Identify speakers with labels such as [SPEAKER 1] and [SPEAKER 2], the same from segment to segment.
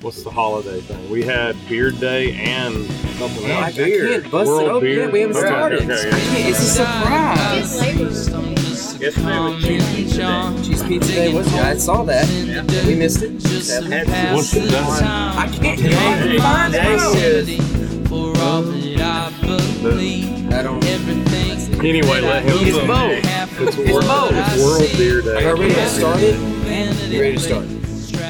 [SPEAKER 1] what's the holiday thing? We had Beard Day and something
[SPEAKER 2] I, I
[SPEAKER 1] else.
[SPEAKER 2] can't bust
[SPEAKER 1] World
[SPEAKER 2] it open
[SPEAKER 1] beer.
[SPEAKER 2] yet. We haven't
[SPEAKER 1] Okay,
[SPEAKER 2] started.
[SPEAKER 1] okay, yeah.
[SPEAKER 2] It's a surprise.
[SPEAKER 1] Yesterday was Cheese Pizza Day.
[SPEAKER 2] Cheese pizza day was. I saw that. We missed it. Sadly.
[SPEAKER 1] Had once it done.
[SPEAKER 2] I can't even find it. I don't.
[SPEAKER 1] Anyway, let him.
[SPEAKER 2] It's
[SPEAKER 1] know.
[SPEAKER 2] Mo.
[SPEAKER 1] It's, World,
[SPEAKER 2] Mo.
[SPEAKER 1] it's World Beer Day.
[SPEAKER 2] Are we ready to start it? You ready to start?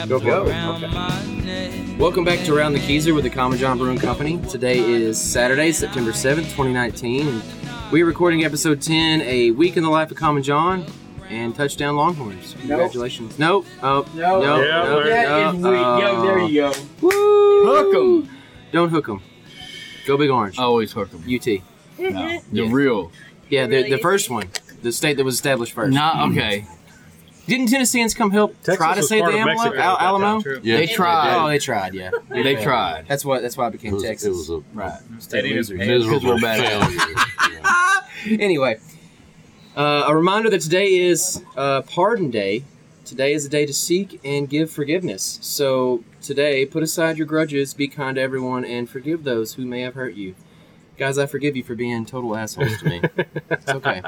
[SPEAKER 1] Go for it.
[SPEAKER 2] Welcome back to Around the Keyser with the Common John Brewing Company. Today is Saturday, September 7th, 2019. and We're recording episode 10, A Week in the Life of Common John and Touchdown Longhorns. Congratulations. Nope. Oh,
[SPEAKER 3] No.
[SPEAKER 2] no,
[SPEAKER 1] Yeah,
[SPEAKER 2] no,
[SPEAKER 3] That
[SPEAKER 2] no,
[SPEAKER 3] is weird. Yo, there
[SPEAKER 2] oh.
[SPEAKER 3] you go.
[SPEAKER 2] Woo!
[SPEAKER 3] Hook 'em.
[SPEAKER 2] Don't hook them. Go Big Orange.
[SPEAKER 4] Always hook them.
[SPEAKER 2] UT.
[SPEAKER 4] No. The
[SPEAKER 2] Yeah.
[SPEAKER 4] real.
[SPEAKER 2] Yeah, the, the
[SPEAKER 5] Really?
[SPEAKER 2] first one. The state that was established first.
[SPEAKER 4] Not okay.
[SPEAKER 2] Didn't Tennesseans come help
[SPEAKER 1] Texas
[SPEAKER 2] try to
[SPEAKER 1] was
[SPEAKER 2] save the
[SPEAKER 1] part of
[SPEAKER 2] Alamo?
[SPEAKER 1] Mexico
[SPEAKER 2] Al-
[SPEAKER 1] at that
[SPEAKER 2] Alamo?
[SPEAKER 1] time, too.
[SPEAKER 4] They
[SPEAKER 2] Oh,
[SPEAKER 4] tried.
[SPEAKER 2] they tried, yeah.
[SPEAKER 4] They tried.
[SPEAKER 2] That's why, that's why it became
[SPEAKER 6] It was,
[SPEAKER 2] Texas.
[SPEAKER 6] it was a
[SPEAKER 4] Right.
[SPEAKER 2] State
[SPEAKER 1] It is-
[SPEAKER 2] losers.
[SPEAKER 1] it
[SPEAKER 6] miserable
[SPEAKER 4] Because we're bad.
[SPEAKER 6] failure. Yeah.
[SPEAKER 2] anyway, uh, a reminder that today is uh, Pardon Day. Today is a day to seek and give forgiveness. So today, put aside your grudges, be kind to everyone, and forgive those who may have hurt you. Guys, I forgive you for being total assholes to me. It's okay.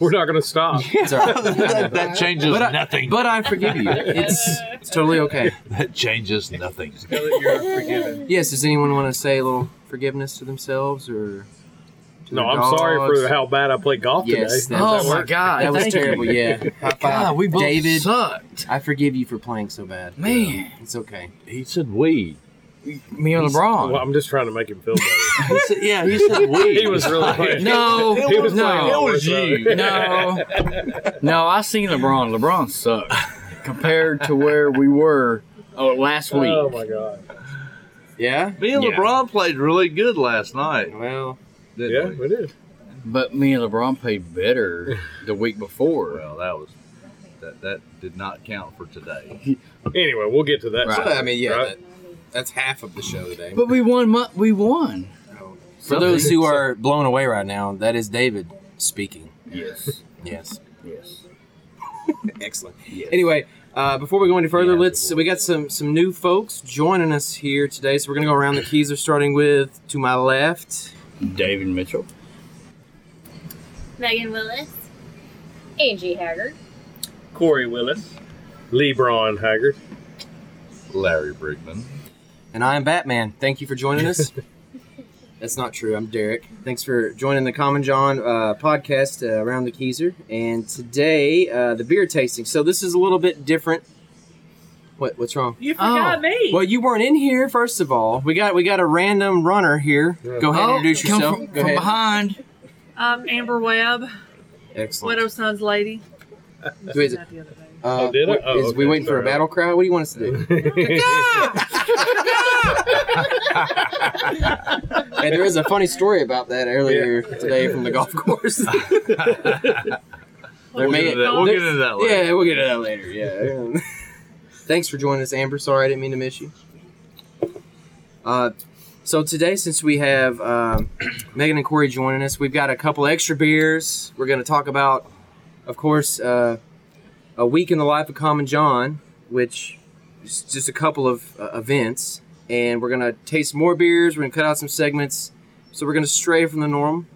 [SPEAKER 1] We're not going to stop.
[SPEAKER 2] It's all right.
[SPEAKER 6] that, that changes
[SPEAKER 2] But I-
[SPEAKER 6] nothing.
[SPEAKER 2] But I forgive you. It's it's totally okay.
[SPEAKER 6] that changes nothing.
[SPEAKER 2] Yes, does anyone want to say a little forgiveness to themselves or to
[SPEAKER 1] No,
[SPEAKER 2] their
[SPEAKER 1] I'm sorry
[SPEAKER 2] dogs?
[SPEAKER 1] for how bad I played golf
[SPEAKER 2] Yes,
[SPEAKER 1] today.
[SPEAKER 2] that-
[SPEAKER 1] How's
[SPEAKER 2] Oh my
[SPEAKER 1] work?
[SPEAKER 4] God.
[SPEAKER 2] That was
[SPEAKER 4] thank you.
[SPEAKER 2] terrible, yeah. High five.
[SPEAKER 4] God, we both
[SPEAKER 2] David,
[SPEAKER 4] sucked.
[SPEAKER 2] I forgive you for playing so bad.
[SPEAKER 4] Man.
[SPEAKER 2] It's okay.
[SPEAKER 6] He said we.
[SPEAKER 4] Me and
[SPEAKER 2] He's-
[SPEAKER 4] LeBron.
[SPEAKER 1] Well, I'm just trying to make him feel better.
[SPEAKER 6] He said, yeah, he said we.
[SPEAKER 1] he was really playing.
[SPEAKER 4] No,
[SPEAKER 1] he was playing
[SPEAKER 4] no,
[SPEAKER 1] well,
[SPEAKER 6] it was
[SPEAKER 1] so-
[SPEAKER 6] you.
[SPEAKER 4] no, no. I seen LeBron. LeBron sucked compared to where we were oh, last week.
[SPEAKER 1] Oh my god.
[SPEAKER 2] Yeah?
[SPEAKER 6] Me and
[SPEAKER 4] Yeah.
[SPEAKER 6] LeBron played really good last night.
[SPEAKER 2] Well,
[SPEAKER 1] Yeah,
[SPEAKER 6] didn't we?
[SPEAKER 1] it is.
[SPEAKER 4] But me and LeBron played better the week before.
[SPEAKER 6] Well, that was that that did not count for today.
[SPEAKER 1] Anyway, we'll get to that.
[SPEAKER 4] Right.
[SPEAKER 1] soon,
[SPEAKER 2] I mean, yeah,
[SPEAKER 1] right?
[SPEAKER 2] that- that's half of the show today.
[SPEAKER 4] But we won. mu- We won.
[SPEAKER 2] For those who are blown away right now, that is David speaking.
[SPEAKER 4] Yes.
[SPEAKER 2] Yes,
[SPEAKER 4] Yes.
[SPEAKER 2] excellent.
[SPEAKER 4] Yes.
[SPEAKER 2] Anyway, uh, before we go any further,
[SPEAKER 6] Yeah,
[SPEAKER 2] let's we got some some new folks joining us here today. So we're gonna go around the keys. Are starting with to my left.
[SPEAKER 4] David Mitchell.
[SPEAKER 5] Megan Willis, Angie Haggard,
[SPEAKER 3] Corey Willis.
[SPEAKER 1] LeBron Haggard.
[SPEAKER 6] Larry Brigman.
[SPEAKER 2] And I am Batman. Thank you for joining us. That's not true. I'm Derek. Thanks for joining the Common John uh, podcast uh, around the Keezer. And today, uh, the beer tasting. So this is a little bit different. What what's wrong?
[SPEAKER 3] You
[SPEAKER 4] forgot
[SPEAKER 3] me.
[SPEAKER 2] Well, you weren't in here. First of all, we got we got a random runner here.
[SPEAKER 1] Yeah.
[SPEAKER 2] Go ahead and
[SPEAKER 4] Oh,
[SPEAKER 2] introduce
[SPEAKER 4] come
[SPEAKER 2] yourself.
[SPEAKER 4] from,
[SPEAKER 2] Go
[SPEAKER 4] from
[SPEAKER 2] ahead.
[SPEAKER 4] behind.
[SPEAKER 7] I'm Um, Amber Webb,
[SPEAKER 2] Excellent.
[SPEAKER 7] Widow Son's lady.
[SPEAKER 2] So is it-
[SPEAKER 7] Not the other day.
[SPEAKER 2] uh,
[SPEAKER 1] Oh, did I?
[SPEAKER 2] what-
[SPEAKER 1] Oh,
[SPEAKER 2] is
[SPEAKER 1] okay,
[SPEAKER 2] we waiting for a
[SPEAKER 1] sorry.
[SPEAKER 2] battle cry? What do you want us to do? hey, there is a funny story about that earlier today from the golf course.
[SPEAKER 6] We'll
[SPEAKER 2] may-
[SPEAKER 6] get, into that. we'll
[SPEAKER 2] there-
[SPEAKER 6] get into that later.
[SPEAKER 2] Yeah, we'll get to that later. Yeah. Thanks for joining us, Amber. Sorry I didn't mean to miss you. Uh, so today, since we have um, Megan and Corey joining us, we've got a couple extra beers. We're going to talk about, of course, uh, a week in the life of Common John, which is just a couple of uh, events, and we're going to taste more beers. We're going to cut out some segments, so we're going to stray from the norm.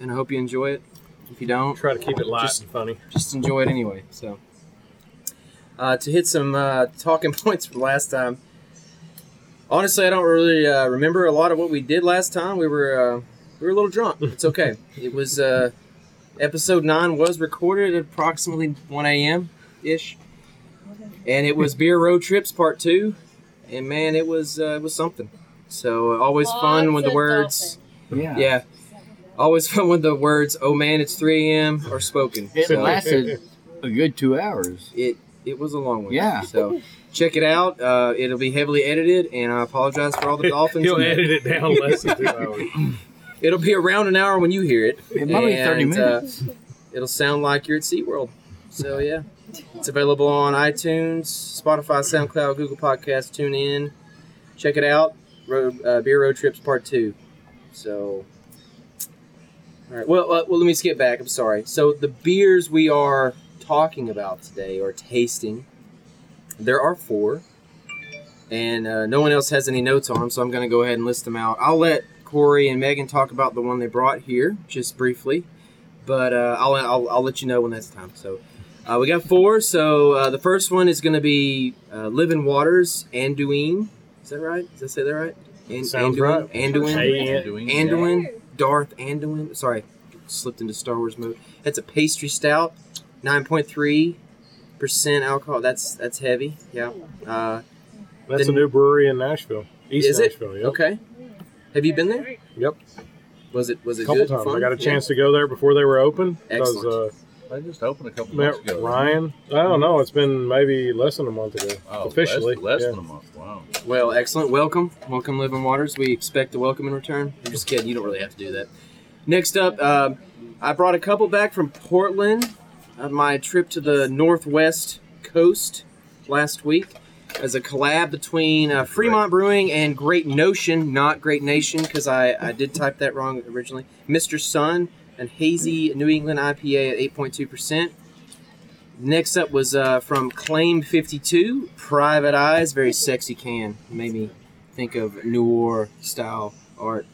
[SPEAKER 2] And I hope you enjoy it. If you don't,
[SPEAKER 1] Try to keep it light
[SPEAKER 2] Just-
[SPEAKER 1] and funny.
[SPEAKER 2] just enjoy it anyway. So, uh, to hit some uh, talking points from last time. Honestly, I don't really uh, remember a lot of what we did last time. We were uh, we were a little drunk. It's okay. it was uh, episode nine was recorded at approximately one a.m. ish, and it was beer road trips part two. And man, it was uh, it was something. So uh, always fun
[SPEAKER 5] Lots
[SPEAKER 2] when the
[SPEAKER 5] of
[SPEAKER 2] words.
[SPEAKER 4] Yeah.
[SPEAKER 2] Yeah. Always fun when the words "Oh man, it's 3 a.m." are spoken.
[SPEAKER 4] It
[SPEAKER 2] So,
[SPEAKER 4] lasted a good two hours.
[SPEAKER 2] It it was a long one.
[SPEAKER 4] Yeah.
[SPEAKER 2] So check it out. Uh, it'll be heavily edited, and I apologize for all the dolphins.
[SPEAKER 1] He'll edit it down less than two hours.
[SPEAKER 2] It'll be around an hour when you hear it.
[SPEAKER 4] It might be thirty
[SPEAKER 2] And, uh,
[SPEAKER 4] minutes.
[SPEAKER 2] It'll sound like you're at SeaWorld. So yeah, it's available on iTunes, Spotify, SoundCloud, Google Podcasts. Tune in, check it out. Road uh, Beer Road Trips Part Two. So, all right. Well, uh, well, let me skip back. I'm sorry. So the beers we are talking about today or tasting, there are four, and uh, no one else has any notes on them, so I'm going to go ahead and list them out. I'll let Corey and Megan talk about the one they brought here just briefly, but uh, I'll, I'll, I'll let you know when that's time. So uh, we got four. So uh, the first one is going to be uh, Living Waters Anduin. Is that right? Did I say that right? And,
[SPEAKER 1] Sounds
[SPEAKER 2] Anduin,
[SPEAKER 1] right.
[SPEAKER 2] Anduin.
[SPEAKER 1] Hey,
[SPEAKER 6] Doing
[SPEAKER 5] Anduin.
[SPEAKER 2] Anduin, Darth Anduin. Sorry, slipped into Star Wars mode. That's a pastry stout, nine point three percent alcohol. That's that's heavy. Yeah. Uh,
[SPEAKER 1] that's
[SPEAKER 2] The-
[SPEAKER 1] a new brewery in Nashville. East
[SPEAKER 2] Is it?
[SPEAKER 1] Nashville. Yep.
[SPEAKER 2] okay. Have you been there?
[SPEAKER 1] Yep.
[SPEAKER 2] Was it was
[SPEAKER 1] A
[SPEAKER 2] it
[SPEAKER 1] couple
[SPEAKER 2] good?
[SPEAKER 1] times.
[SPEAKER 2] Fun?
[SPEAKER 1] I got a
[SPEAKER 2] Yeah.
[SPEAKER 1] chance to go there before they were open. 'cause,
[SPEAKER 2] Excellent.
[SPEAKER 6] They just opened a couple
[SPEAKER 1] uh, met
[SPEAKER 6] months ago.
[SPEAKER 1] Ryan. I don't know. It's been maybe less than a month ago.
[SPEAKER 6] Oh,
[SPEAKER 1] officially.
[SPEAKER 6] less, less
[SPEAKER 1] yeah.
[SPEAKER 6] than a month. Wow.
[SPEAKER 2] Well, excellent. Welcome, welcome, Living Waters. We expect a welcome in return. I'm just kidding. You don't really have to do that. Next up, uh, I brought a couple back from Portland on my trip to the northwest coast last week as a collab between uh, Fremont Brewing and Great Notion, not Great Nation, because I, I did type that wrong originally. Mr. Sun, and hazy New England IPA at 8.2%. Next up was uh, from Claim 52, Private Eyes, very sexy can. Made me think of noir style art.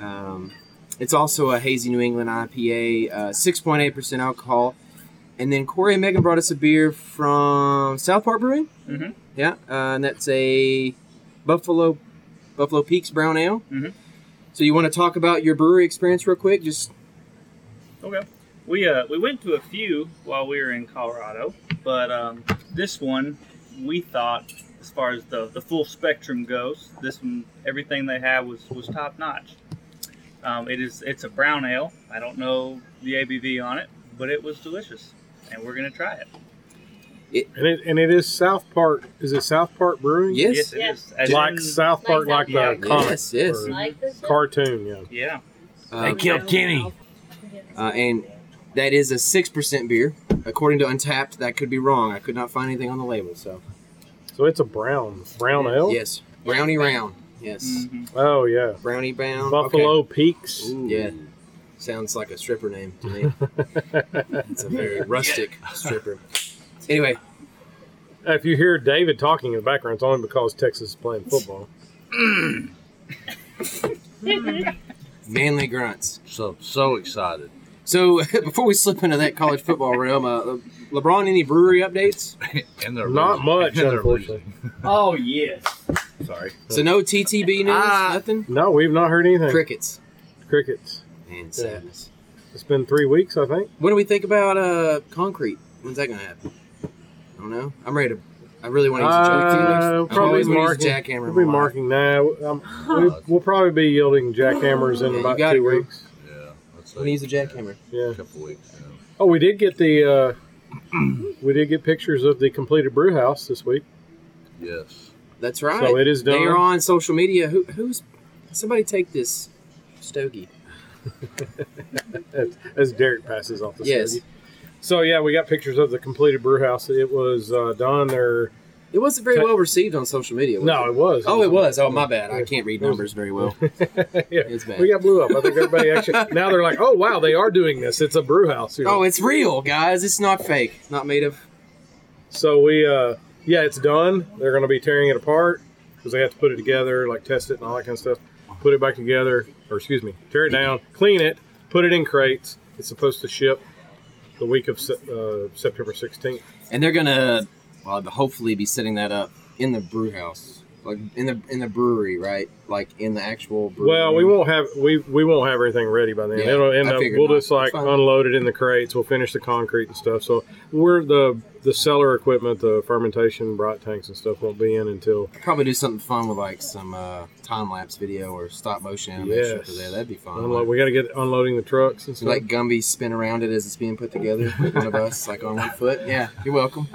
[SPEAKER 2] Um, it's also a hazy New England IPA, uh, 6.8% alcohol. And then Corey and Megan brought us a beer from South Park Brewing.
[SPEAKER 3] Mhm.
[SPEAKER 2] Yeah, uh, and that's a Buffalo Buffalo Peaks Brown Ale.
[SPEAKER 3] Mhm.
[SPEAKER 2] So you want to talk about your brewery experience real quick? Just
[SPEAKER 3] Okay. We uh we went to a few while we were in Colorado, but um, this one we thought as far as the, the full spectrum goes, this one everything they had was was top notch. Um, it is it's a brown ale. I don't know the ABV on it, but it was delicious, and we're gonna try it.
[SPEAKER 1] And it, and it is South Park. Is it South Park Brewing?
[SPEAKER 2] yes,
[SPEAKER 3] Yes, it
[SPEAKER 5] Yes.
[SPEAKER 3] is. As
[SPEAKER 1] Like
[SPEAKER 3] in-
[SPEAKER 1] South Park, like the
[SPEAKER 5] Yeah,
[SPEAKER 1] comic
[SPEAKER 2] yes, yes.
[SPEAKER 1] or
[SPEAKER 5] Like this one?
[SPEAKER 1] cartoon. Yeah.
[SPEAKER 3] yeah,
[SPEAKER 2] Uh,
[SPEAKER 4] They killed Kenny.
[SPEAKER 2] uh, and that is a six percent beer, according to Untapped. That could be wrong. I could not find anything on the label. So
[SPEAKER 1] So it's a brown brown ale.
[SPEAKER 2] yes, brownie round. Yes,
[SPEAKER 3] Mhm.
[SPEAKER 1] Oh yeah.
[SPEAKER 2] brownie bound.
[SPEAKER 1] Buffalo Peaks.
[SPEAKER 2] Okay. Yeah, sounds like a stripper name to me. it's a very rustic stripper. Anyway,
[SPEAKER 1] If you hear David talking in the background, it's only because Texas is playing football.
[SPEAKER 2] manly grunts.
[SPEAKER 6] So so excited.
[SPEAKER 2] So before we slip into that college football realm, uh, LeBron, any brewery updates?
[SPEAKER 6] And they're
[SPEAKER 1] Not
[SPEAKER 6] losing.
[SPEAKER 1] much,
[SPEAKER 6] And they're
[SPEAKER 1] unfortunately.
[SPEAKER 4] Oh yes.
[SPEAKER 6] losing. Sorry.
[SPEAKER 2] So no TTB news,
[SPEAKER 4] Ah.
[SPEAKER 2] nothing.
[SPEAKER 1] No, we've not heard anything.
[SPEAKER 2] Crickets
[SPEAKER 1] Crickets.
[SPEAKER 2] and sadness.
[SPEAKER 1] It's been three weeks, I think.
[SPEAKER 2] What do we think about uh concrete? When's that gonna happen? I don't know. I'm ready to. I really want to use a
[SPEAKER 1] Uh,
[SPEAKER 2] joke
[SPEAKER 1] we'll
[SPEAKER 2] team. Probably
[SPEAKER 1] probably
[SPEAKER 2] use
[SPEAKER 1] mark.
[SPEAKER 2] a jackhammer.
[SPEAKER 1] We'll
[SPEAKER 2] in
[SPEAKER 1] be
[SPEAKER 2] my life.
[SPEAKER 1] marking now. Um, we, we'll probably be yielding jackhammers in
[SPEAKER 2] Yeah, you
[SPEAKER 1] about
[SPEAKER 2] got it,
[SPEAKER 1] two
[SPEAKER 2] girl.
[SPEAKER 1] weeks.
[SPEAKER 6] Yeah. Let's
[SPEAKER 2] I'm gonna
[SPEAKER 6] see.
[SPEAKER 2] use a jackhammer.
[SPEAKER 1] Yeah.
[SPEAKER 6] A couple weeks. Yeah.
[SPEAKER 1] Oh, we did get the. Uh, we did get pictures of the completed brew house this week.
[SPEAKER 6] Yes.
[SPEAKER 2] That's right.
[SPEAKER 1] So it is done.
[SPEAKER 2] They are on social media. Who, who's somebody take this stogie?
[SPEAKER 1] as, as Derek passes off the
[SPEAKER 2] Yes.
[SPEAKER 1] stage. So yeah, we got pictures of the completed brew house. It was uh, done there.
[SPEAKER 2] It wasn't very
[SPEAKER 1] Ta-
[SPEAKER 2] well received on social media. Was
[SPEAKER 1] No,
[SPEAKER 2] It?
[SPEAKER 1] it was.
[SPEAKER 2] Oh, it was. Oh, my bad. I can't read numbers very well.
[SPEAKER 1] yeah.
[SPEAKER 2] It's bad.
[SPEAKER 1] We got blew up. I think everybody actually now they're like, oh wow, they are doing this. It's a brew house. you know.
[SPEAKER 2] Oh, it's real, guys. It's not fake. It's not made of.
[SPEAKER 1] So we, uh, yeah, it's done. They're going to be tearing it apart because they have to put it together, like test it and all that kind of stuff. Put it back together, or excuse me, tear it down, clean it, put it in crates. It's supposed to ship the week of Sep- uh, September 16th.
[SPEAKER 2] And they're gonna well, they'll hopefully be setting that up in the brew house, like in the in the brewery, right? Like in the actual. Brewery.
[SPEAKER 1] Well, we won't have we we won't have everything ready by then.
[SPEAKER 2] Yeah,
[SPEAKER 1] It'll end
[SPEAKER 2] I
[SPEAKER 1] up
[SPEAKER 2] figured
[SPEAKER 1] we'll
[SPEAKER 2] not.
[SPEAKER 1] just like
[SPEAKER 2] That's fine.
[SPEAKER 1] unload it in the crates. We'll finish the concrete and stuff. So we're the the cellar equipment, the fermentation bright tanks and stuff won't be in until
[SPEAKER 2] probably do something fun with like some uh, time lapse video or stop motion animation
[SPEAKER 1] Yes.
[SPEAKER 2] for there. That'd be fun.
[SPEAKER 1] unload,
[SPEAKER 2] Like,
[SPEAKER 1] we got to get unloading the trucks and stuff.
[SPEAKER 2] Oh like Gumby spin around it as it's being put together. one of us, like on one foot. Yeah, you're welcome.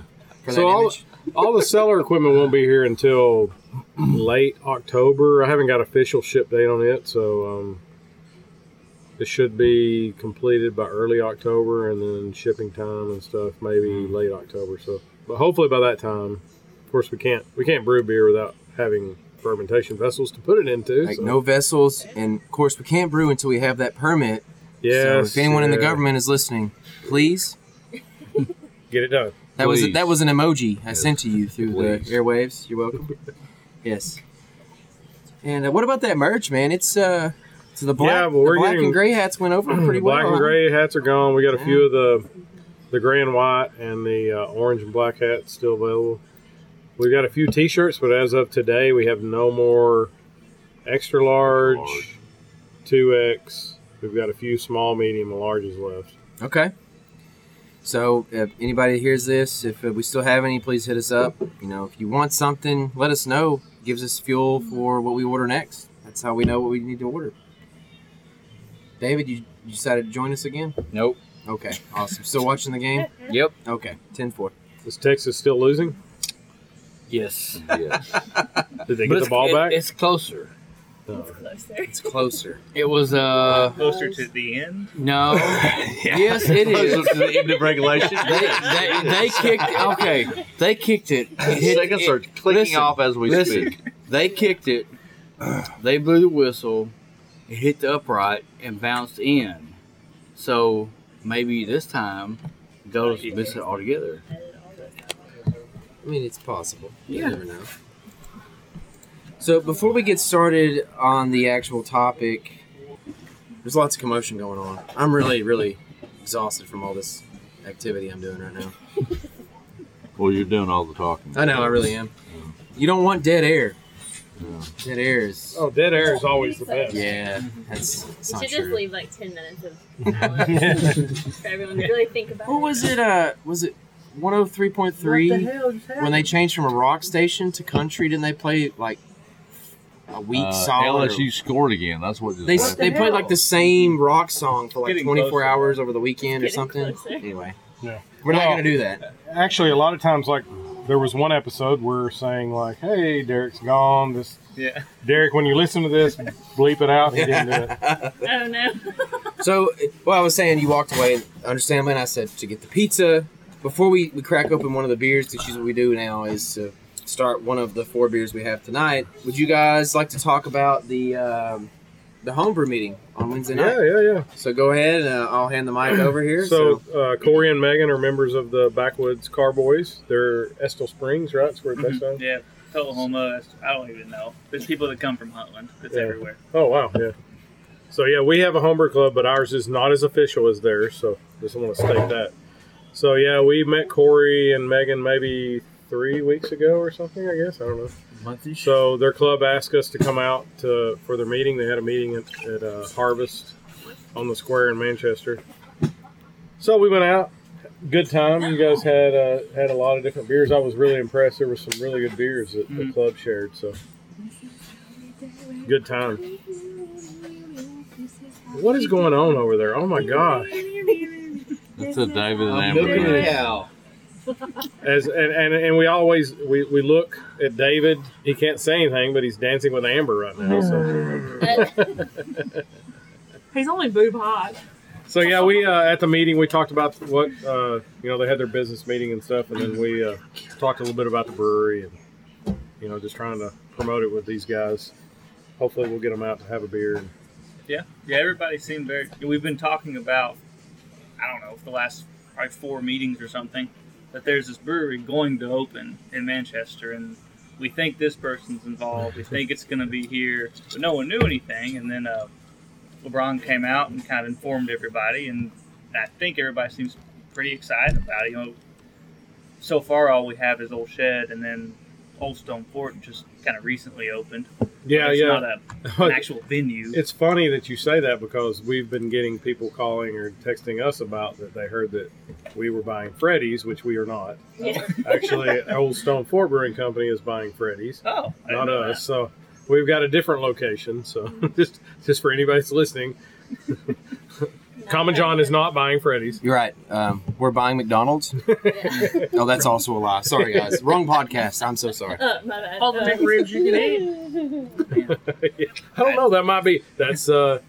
[SPEAKER 2] For
[SPEAKER 1] So
[SPEAKER 2] that
[SPEAKER 1] all-
[SPEAKER 2] image.
[SPEAKER 1] All the seller equipment won't be here until late October. I haven't got official ship date on it, so um, it should be completed by early October, and then shipping time and stuff maybe
[SPEAKER 2] Hmm.
[SPEAKER 1] late October. So, but hopefully by that time, of course we can't we can't brew beer without having fermentation vessels to put it into.
[SPEAKER 2] like
[SPEAKER 1] so-
[SPEAKER 2] no vessels, and of course we can't brew until we have that permit. so
[SPEAKER 1] Yes,
[SPEAKER 2] if anyone in the
[SPEAKER 1] yeah.
[SPEAKER 2] government is listening, please.
[SPEAKER 1] get it done.
[SPEAKER 2] That was
[SPEAKER 6] Please.
[SPEAKER 2] that was an emoji I
[SPEAKER 6] Yes.
[SPEAKER 2] sent to you through
[SPEAKER 6] Please.
[SPEAKER 2] the airwaves. You're welcome. Yes. And uh, what about that merch, man? It's uh, so the black,
[SPEAKER 1] Yeah, well,
[SPEAKER 2] the
[SPEAKER 1] we're
[SPEAKER 2] black
[SPEAKER 1] getting-
[SPEAKER 2] and gray hats went over pretty
[SPEAKER 1] The black
[SPEAKER 2] well.
[SPEAKER 1] and gray hats are gone. We got a
[SPEAKER 2] Yeah.
[SPEAKER 1] few of the the gray and white and the uh, orange and black hats still available. We've got a few T-shirts, but as of today, we have no more extra large,
[SPEAKER 6] Large.
[SPEAKER 1] two X. We've got a few small, medium, and larges left.
[SPEAKER 2] Okay. So if anybody hears this, if uh, we still have any, please hit us up. You know, if you want something, let us know. gives us fuel for what we order next. That's how we know what we need to order. David, you, you decided to join us again?
[SPEAKER 4] Nope.
[SPEAKER 2] Okay, awesome. Still watching the game?
[SPEAKER 4] Yep.
[SPEAKER 2] Okay, 10 4.
[SPEAKER 1] Is Texas still losing?
[SPEAKER 4] Yes.
[SPEAKER 6] Yeah.
[SPEAKER 1] Did they
[SPEAKER 4] But
[SPEAKER 1] get the
[SPEAKER 4] it's-
[SPEAKER 1] ball
[SPEAKER 4] it-
[SPEAKER 1] back?
[SPEAKER 4] It's closer.
[SPEAKER 5] Closer.
[SPEAKER 2] It's closer.
[SPEAKER 4] It was uh
[SPEAKER 3] Closer to the end.
[SPEAKER 6] Oh,
[SPEAKER 4] no. Yes, it is.
[SPEAKER 6] to the end of regulation.
[SPEAKER 4] They, they, they kicked okay. They kicked it. Hit-
[SPEAKER 6] Seconds
[SPEAKER 4] it-
[SPEAKER 6] are clicking
[SPEAKER 4] listen,
[SPEAKER 6] off as we
[SPEAKER 4] listen.
[SPEAKER 6] speak.
[SPEAKER 4] They kicked it. They blew the whistle. It hit the upright and bounced in. So maybe this time they'll just miss it altogether.
[SPEAKER 2] I mean, it's possible. You
[SPEAKER 4] Yeah.
[SPEAKER 2] never know. So before we get started on the actual topic, there's lots of commotion going on. I'm really, really exhausted from all this activity I'm doing right now.
[SPEAKER 6] Well, you're doing all the talking.
[SPEAKER 2] I know, I really am. You don't want dead air.
[SPEAKER 6] No.
[SPEAKER 2] Dead air is.
[SPEAKER 1] oh, dead air is always the best.
[SPEAKER 2] Yeah, that's, that's
[SPEAKER 5] We
[SPEAKER 2] not
[SPEAKER 5] should just
[SPEAKER 2] true.
[SPEAKER 5] leave like 10 minutes of silence for everyone to really think about
[SPEAKER 2] What was it? Uh, was it 103.3 when they changed from a rock station to country? Didn't they play like a week
[SPEAKER 6] Uh,
[SPEAKER 2] solid? or-
[SPEAKER 6] LSU scored again. That's what just
[SPEAKER 2] They,
[SPEAKER 6] happened.
[SPEAKER 2] they played like the same rock song for like
[SPEAKER 3] Getting
[SPEAKER 2] 24
[SPEAKER 3] closer.
[SPEAKER 2] hours over the weekend or
[SPEAKER 5] Getting
[SPEAKER 2] something.
[SPEAKER 5] closer.
[SPEAKER 2] Anyway,
[SPEAKER 1] Yeah.
[SPEAKER 2] we're not
[SPEAKER 1] Well-
[SPEAKER 2] going to do that.
[SPEAKER 1] Actually, a lot of times, like there was one episode where saying like, "Hey, Derek's gone." This
[SPEAKER 3] Yeah.
[SPEAKER 1] Derek, when you listen to this, bleep it out. He didn't do it.
[SPEAKER 5] Oh no.
[SPEAKER 2] So, well, I was saying you walked away, understandably, and I said to get the pizza. Before we, we crack open one of the beers, because usually what we do now is to start one of the four beers we have tonight. Would you guys like to talk about the um, the homebrew meeting on Wednesday night?
[SPEAKER 1] Yeah, yeah, yeah.
[SPEAKER 2] So go ahead, and uh, I'll hand the mic over here.
[SPEAKER 1] So, uh, Corey and Megan are members of the Backwoods Carboys. They're Estill Springs, right? That's where it's based
[SPEAKER 3] Mhm.
[SPEAKER 1] on.
[SPEAKER 3] Yeah. Oklahoma. that's- I don't even know. There's people that come from Huntland. It's
[SPEAKER 1] Yeah.
[SPEAKER 3] everywhere.
[SPEAKER 1] Oh, wow. Yeah. So, yeah, we have a homebrew club, but ours is not as official as theirs. So, just want to state that. So, yeah, we met Corey and Megan maybe three weeks ago or something, I guess. I don't know. So, their club asked us to come out to, for their meeting. They had a meeting at, at uh, Harvest on the square in Manchester. So, we went out. Good time. You guys had uh, had a lot of different beers. I was really impressed. There were some really good beers that the
[SPEAKER 3] Mhm.
[SPEAKER 1] club shared. So, good time. What is going on over there? Oh my gosh!
[SPEAKER 6] That's a David and
[SPEAKER 4] I'm milking the
[SPEAKER 6] Amber.
[SPEAKER 4] cow.
[SPEAKER 1] As and, and and we always we, we look at David. He can't say anything, but he's dancing with Amber right now. So,
[SPEAKER 7] He's only boob hot.
[SPEAKER 1] so yeah, we uh, at the meeting we talked about what uh, you know they had their business meeting and stuff, and then we uh, talked a little bit about the brewery and you know just trying to promote it with these guys. Hopefully, we'll get them out to have a beer. And,
[SPEAKER 3] Yeah. Yeah. Everybody seemed very. We've been talking about. I don't know. The last probably four meetings or something. That there's this brewery going to open in Manchester, and we think this person's involved. We think it's going to be here, but no one knew anything. And then uh, LeBron came out and kind of informed everybody, and I think everybody seems pretty excited about it. You know, so far all we have is Old Shed, and then Old Stone Fort just kind of recently opened.
[SPEAKER 1] yeah,
[SPEAKER 3] it's
[SPEAKER 1] yeah.
[SPEAKER 3] Not a, an actual venue.
[SPEAKER 1] It's funny that you say that because we've been getting people calling or texting us about that they heard that we were buying Freddy's, which we are not.
[SPEAKER 5] Yeah.
[SPEAKER 1] Actually, Old Stone Fort Brewing Company is buying Freddy's,
[SPEAKER 3] oh, I
[SPEAKER 1] not
[SPEAKER 3] didn't know
[SPEAKER 1] us. So we've got a different location. So just just for anybody that's listening, Common John is not buying Freddy's.
[SPEAKER 2] You're right. Um, we're buying McDonald's. oh, that's also a lie. Sorry, guys. Wrong podcast. I'm so sorry.
[SPEAKER 5] Oh, my bad.
[SPEAKER 7] All the
[SPEAKER 5] Sorry.
[SPEAKER 7] McRibs you can eat.
[SPEAKER 1] I don't know. That might be that's uh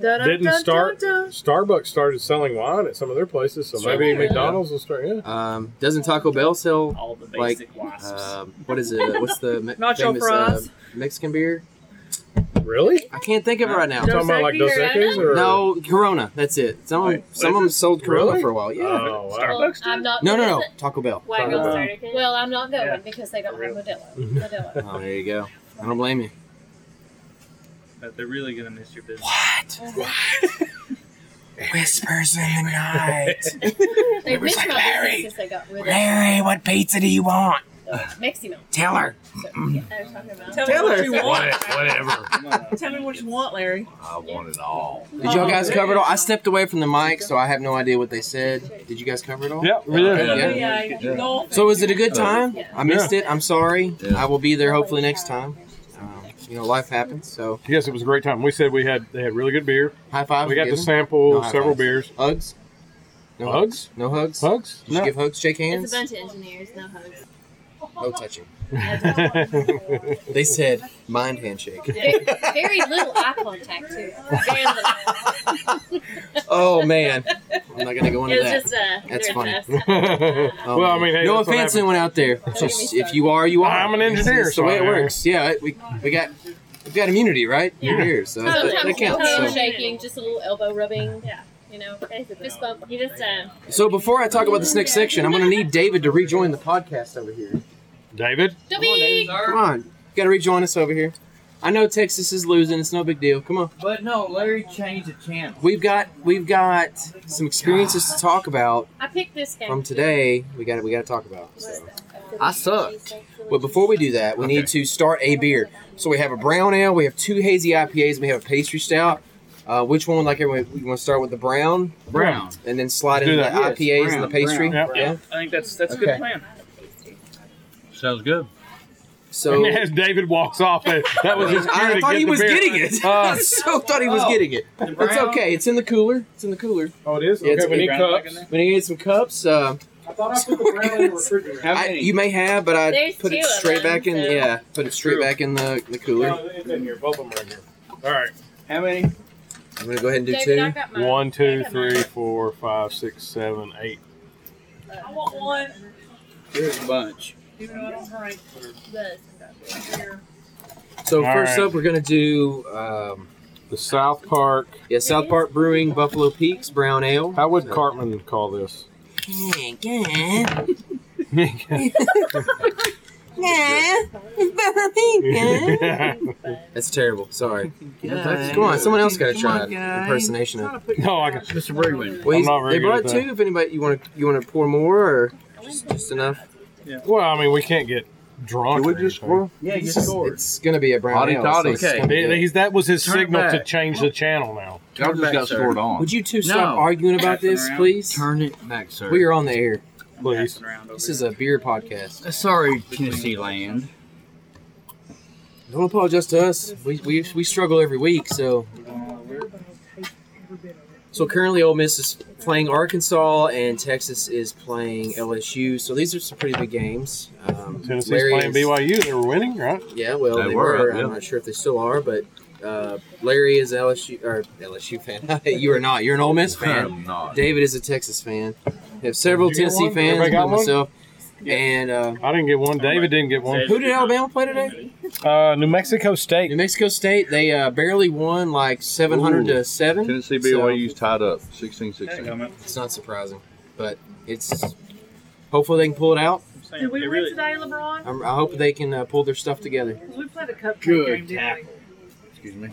[SPEAKER 1] Didn't start.
[SPEAKER 7] Da-da-da-da-da.
[SPEAKER 1] Starbucks started selling wine at some of their places, so
[SPEAKER 2] Sure.
[SPEAKER 1] maybe
[SPEAKER 2] Yeah.
[SPEAKER 1] McDonald's will start. Yeah,
[SPEAKER 2] Um, doesn't Taco Bell sell?
[SPEAKER 3] All the
[SPEAKER 2] Like, uh,
[SPEAKER 3] basic wasps.
[SPEAKER 2] Um, what is it? What's the me-
[SPEAKER 7] Nacho
[SPEAKER 2] famous uh,
[SPEAKER 7] fries.
[SPEAKER 2] Mexican beer?
[SPEAKER 1] Really?
[SPEAKER 2] I can't think of it right now.
[SPEAKER 1] talking about like Dos Equis or
[SPEAKER 2] No, Corona. That's it. Some of them,
[SPEAKER 1] Wait,
[SPEAKER 2] some of them sold Corona
[SPEAKER 1] Really?
[SPEAKER 2] for a while. Yeah.
[SPEAKER 1] Oh, wow.
[SPEAKER 5] Well,
[SPEAKER 3] Starbucks
[SPEAKER 5] I'm
[SPEAKER 3] did.
[SPEAKER 5] not.
[SPEAKER 2] no, no,
[SPEAKER 5] going
[SPEAKER 2] no.
[SPEAKER 5] to-
[SPEAKER 2] Taco Bell.
[SPEAKER 5] Wagons
[SPEAKER 1] Wow.
[SPEAKER 5] started it. Well, I'm not going
[SPEAKER 3] Yeah.
[SPEAKER 5] because they don't have Modelo. Modelo.
[SPEAKER 2] Oh, there you go. I don't blame you.
[SPEAKER 3] But they're really gonna miss your business.
[SPEAKER 2] What? Whispers in the night.
[SPEAKER 5] They
[SPEAKER 2] It was
[SPEAKER 5] missed
[SPEAKER 2] like
[SPEAKER 5] my business
[SPEAKER 2] Larry.
[SPEAKER 5] since they got rid of
[SPEAKER 2] Larry, what pizza do you want?
[SPEAKER 5] Meximo.
[SPEAKER 2] Tell her.
[SPEAKER 5] So, yeah, I was talking about.
[SPEAKER 7] Tell,
[SPEAKER 2] Tell
[SPEAKER 7] me
[SPEAKER 2] her.
[SPEAKER 7] what you want.
[SPEAKER 1] Whatever.
[SPEAKER 3] Come on.
[SPEAKER 7] Tell me what you want, Larry.
[SPEAKER 6] I want it all.
[SPEAKER 2] Did y'all guys cover it all? I stepped away from the mic, so I have no idea what they said. Did you guys cover it all?
[SPEAKER 1] Yep, we did.
[SPEAKER 2] Yeah.
[SPEAKER 7] Yeah, uh, you go.
[SPEAKER 2] So was it a good time?
[SPEAKER 5] Yeah.
[SPEAKER 2] I missed it. I'm sorry.
[SPEAKER 6] Yeah.
[SPEAKER 2] I will be there hopefully next time. Um, you know, life happens. So
[SPEAKER 1] Yes, it was a great time. We said we had they had really good beer.
[SPEAKER 2] high five.
[SPEAKER 1] We got to sample
[SPEAKER 2] No high
[SPEAKER 1] several
[SPEAKER 2] fives.
[SPEAKER 1] beers.
[SPEAKER 2] hugs. No
[SPEAKER 1] Hugs?
[SPEAKER 2] No hugs.
[SPEAKER 1] Hugs?
[SPEAKER 2] Did you give hugs? Shake hands.
[SPEAKER 5] It's a bunch of engineers, no hugs.
[SPEAKER 2] No touching.
[SPEAKER 1] No.
[SPEAKER 2] They said mind handshake.
[SPEAKER 5] Very, very little eye contact too. Very little.
[SPEAKER 2] Oh man, I'm not gonna go into
[SPEAKER 5] It was
[SPEAKER 2] that.
[SPEAKER 5] just uh,
[SPEAKER 2] That's
[SPEAKER 5] they're
[SPEAKER 2] funny.
[SPEAKER 5] just-
[SPEAKER 2] Oh,
[SPEAKER 1] well, I
[SPEAKER 2] man.
[SPEAKER 1] mean, hey,
[SPEAKER 2] no
[SPEAKER 1] that's what
[SPEAKER 2] offense
[SPEAKER 1] happened.
[SPEAKER 2] to anyone out there. It's Just if you are, you are.
[SPEAKER 1] I'm an engineer,
[SPEAKER 2] It's the way it
[SPEAKER 1] so I am.
[SPEAKER 2] works. Yeah, it- we, we got we got immunity, right?
[SPEAKER 1] Yeah.
[SPEAKER 2] We're here, so that,
[SPEAKER 5] Sometimes
[SPEAKER 2] that
[SPEAKER 5] just a
[SPEAKER 2] counts.
[SPEAKER 5] little
[SPEAKER 2] So.
[SPEAKER 5] shaking, just a little elbow rubbing. Yeah. You know, fist bump. You just um,
[SPEAKER 2] so before I talk about this next section, I'm gonna need David to rejoin the podcast over here.
[SPEAKER 1] David?
[SPEAKER 5] don't
[SPEAKER 4] Come on,
[SPEAKER 5] be.
[SPEAKER 4] David.
[SPEAKER 2] Come on, you gotta rejoin us over here. I know Texas is losing. It's no big deal. Come on.
[SPEAKER 4] But no, Larry changed the channel.
[SPEAKER 2] We've got we've got some experiences to talk about
[SPEAKER 5] I picked this game
[SPEAKER 2] from today. We got we got to talk about. So.
[SPEAKER 4] I sucked.
[SPEAKER 2] But before we do that, we need to start a beer. So we have a brown ale, we have two hazy IPAs, we have a pastry stout. Uh, which one would like everyone? We want to start with the brown
[SPEAKER 4] Brown.
[SPEAKER 2] and then slide
[SPEAKER 1] Do
[SPEAKER 2] into the
[SPEAKER 1] that.
[SPEAKER 4] Yes,
[SPEAKER 2] IPAs and the
[SPEAKER 4] brown,
[SPEAKER 2] pastry.
[SPEAKER 4] brown,
[SPEAKER 1] Yep.
[SPEAKER 2] Yeah.
[SPEAKER 3] Yeah, I think that's that's a
[SPEAKER 2] Okay.
[SPEAKER 3] good plan.
[SPEAKER 6] Sounds good.
[SPEAKER 2] So
[SPEAKER 1] and as David walks off, that, that was his cue
[SPEAKER 2] I
[SPEAKER 1] to
[SPEAKER 2] thought
[SPEAKER 1] get
[SPEAKER 2] he
[SPEAKER 1] the
[SPEAKER 2] was
[SPEAKER 1] beer.
[SPEAKER 2] getting it. I
[SPEAKER 1] Uh,
[SPEAKER 2] so thought he was
[SPEAKER 4] Oh.
[SPEAKER 2] getting it.
[SPEAKER 4] The
[SPEAKER 2] It's
[SPEAKER 4] brown-
[SPEAKER 2] okay. It's in the cooler. It's in the cooler.
[SPEAKER 1] oh, it is?
[SPEAKER 2] Yeah,
[SPEAKER 1] Okay,
[SPEAKER 2] it's
[SPEAKER 1] we need
[SPEAKER 3] Brown back in
[SPEAKER 1] cups.
[SPEAKER 3] there?
[SPEAKER 2] We need to get some cups. Uh,
[SPEAKER 4] I thought I put the brown in the refrigerator.
[SPEAKER 2] I- you may have, but I
[SPEAKER 5] There's
[SPEAKER 2] put it
[SPEAKER 5] two of
[SPEAKER 2] straight
[SPEAKER 5] them,
[SPEAKER 2] back in.
[SPEAKER 5] so-
[SPEAKER 2] Yeah, put it straight
[SPEAKER 3] True.
[SPEAKER 2] back in the, the cooler.
[SPEAKER 1] No, it's in here. Both of them right here. All right.
[SPEAKER 4] How many?
[SPEAKER 2] I'm gonna go ahead and do
[SPEAKER 5] David, I
[SPEAKER 2] two.
[SPEAKER 5] got mine.
[SPEAKER 1] One,
[SPEAKER 5] I
[SPEAKER 1] two,
[SPEAKER 5] got
[SPEAKER 1] three,
[SPEAKER 5] mine.
[SPEAKER 1] four, five, six, seven, eight.
[SPEAKER 7] I want one.
[SPEAKER 4] There's a bunch.
[SPEAKER 7] Even though I don't drink
[SPEAKER 5] The-
[SPEAKER 7] beer.
[SPEAKER 2] So
[SPEAKER 1] All
[SPEAKER 2] first
[SPEAKER 1] right.
[SPEAKER 2] up, we're gonna do. Um,
[SPEAKER 1] The South Park.
[SPEAKER 2] Yeah, South Park Brewing Buffalo Peaks Brown Ale.
[SPEAKER 1] How would Cartman call this?
[SPEAKER 2] That's terrible. Sorry.
[SPEAKER 4] Yeah.
[SPEAKER 2] Come on, someone else got to
[SPEAKER 4] Come
[SPEAKER 2] try
[SPEAKER 4] on,
[SPEAKER 2] an
[SPEAKER 4] guy.
[SPEAKER 2] impersonation of.
[SPEAKER 1] no, I can.
[SPEAKER 4] Mr. Brigman.
[SPEAKER 2] Well, he's-
[SPEAKER 1] not very
[SPEAKER 2] they
[SPEAKER 1] good
[SPEAKER 2] brought
[SPEAKER 1] at
[SPEAKER 2] two. If anybody, you want to, you want to pour more or just, just enough.
[SPEAKER 1] Well, I mean, we can't get drunk.
[SPEAKER 6] Can we
[SPEAKER 1] or
[SPEAKER 6] just
[SPEAKER 1] anything.
[SPEAKER 6] score?
[SPEAKER 4] Yeah, you
[SPEAKER 2] It's just-
[SPEAKER 4] scored.
[SPEAKER 2] It's gonna be a brown
[SPEAKER 6] Hotty
[SPEAKER 2] ale.
[SPEAKER 6] toddy.
[SPEAKER 2] it's gonna
[SPEAKER 4] Okay.
[SPEAKER 2] be
[SPEAKER 1] They-
[SPEAKER 2] good.
[SPEAKER 1] he's- that was his
[SPEAKER 4] Turn it
[SPEAKER 1] signal to
[SPEAKER 4] back.
[SPEAKER 1] change the channel now.
[SPEAKER 4] Turn
[SPEAKER 6] Y'all
[SPEAKER 4] it
[SPEAKER 6] just
[SPEAKER 4] back,
[SPEAKER 6] got
[SPEAKER 4] sir.
[SPEAKER 6] scored on.
[SPEAKER 2] Would you two stop
[SPEAKER 4] No.
[SPEAKER 2] arguing about
[SPEAKER 3] Passing
[SPEAKER 2] this,
[SPEAKER 3] around.
[SPEAKER 2] please?
[SPEAKER 4] Turn it back, sir.
[SPEAKER 2] We are on the air.
[SPEAKER 3] I'm
[SPEAKER 1] Please.
[SPEAKER 3] passing around over
[SPEAKER 2] This is
[SPEAKER 3] here.
[SPEAKER 2] a beer podcast.
[SPEAKER 4] Uh, Sorry, Tennessee land.
[SPEAKER 2] Don't apologize to us. We, we, we struggle every week, so. So currently, Ole Miss is playing Arkansas, and Texas is playing LSU. So these are some pretty big games. Um,
[SPEAKER 1] Tennessee's
[SPEAKER 2] Larry
[SPEAKER 1] playing
[SPEAKER 2] is-
[SPEAKER 1] BYU. They were winning, right?
[SPEAKER 2] Yeah, well, they,
[SPEAKER 6] They
[SPEAKER 2] were.
[SPEAKER 6] were, yeah.
[SPEAKER 2] I'm not sure if they still are, but uh, Larry is LSU or LSU fan. you are not. You're an Ole Miss fan.
[SPEAKER 6] I'm not.
[SPEAKER 2] David is a Texas fan. We have several
[SPEAKER 1] Did you get
[SPEAKER 2] Tennessee
[SPEAKER 1] one?
[SPEAKER 2] fans,
[SPEAKER 1] Everybody got
[SPEAKER 2] including
[SPEAKER 1] one?
[SPEAKER 2] myself. And uh,
[SPEAKER 1] I didn't get one. David didn't get one.
[SPEAKER 2] who did Alabama play today?
[SPEAKER 1] Uh, New Mexico
[SPEAKER 2] New
[SPEAKER 1] State.
[SPEAKER 2] Mexico State. They uh, barely won, like 700
[SPEAKER 6] Ooh.
[SPEAKER 2] to seven.
[SPEAKER 6] Tennessee BYU's tied up 16
[SPEAKER 3] There you
[SPEAKER 6] 16.
[SPEAKER 3] go, man.
[SPEAKER 2] It's not surprising, but it's. Hopefully they can pull it out.
[SPEAKER 3] I'm saying
[SPEAKER 7] Did we
[SPEAKER 3] they
[SPEAKER 7] win
[SPEAKER 3] really-
[SPEAKER 7] today, LeBron?
[SPEAKER 2] I'm, I hope they can uh, pull their stuff together.
[SPEAKER 7] We played a cupcake game,
[SPEAKER 4] Good
[SPEAKER 7] didn't we?
[SPEAKER 4] tackle. Excuse me.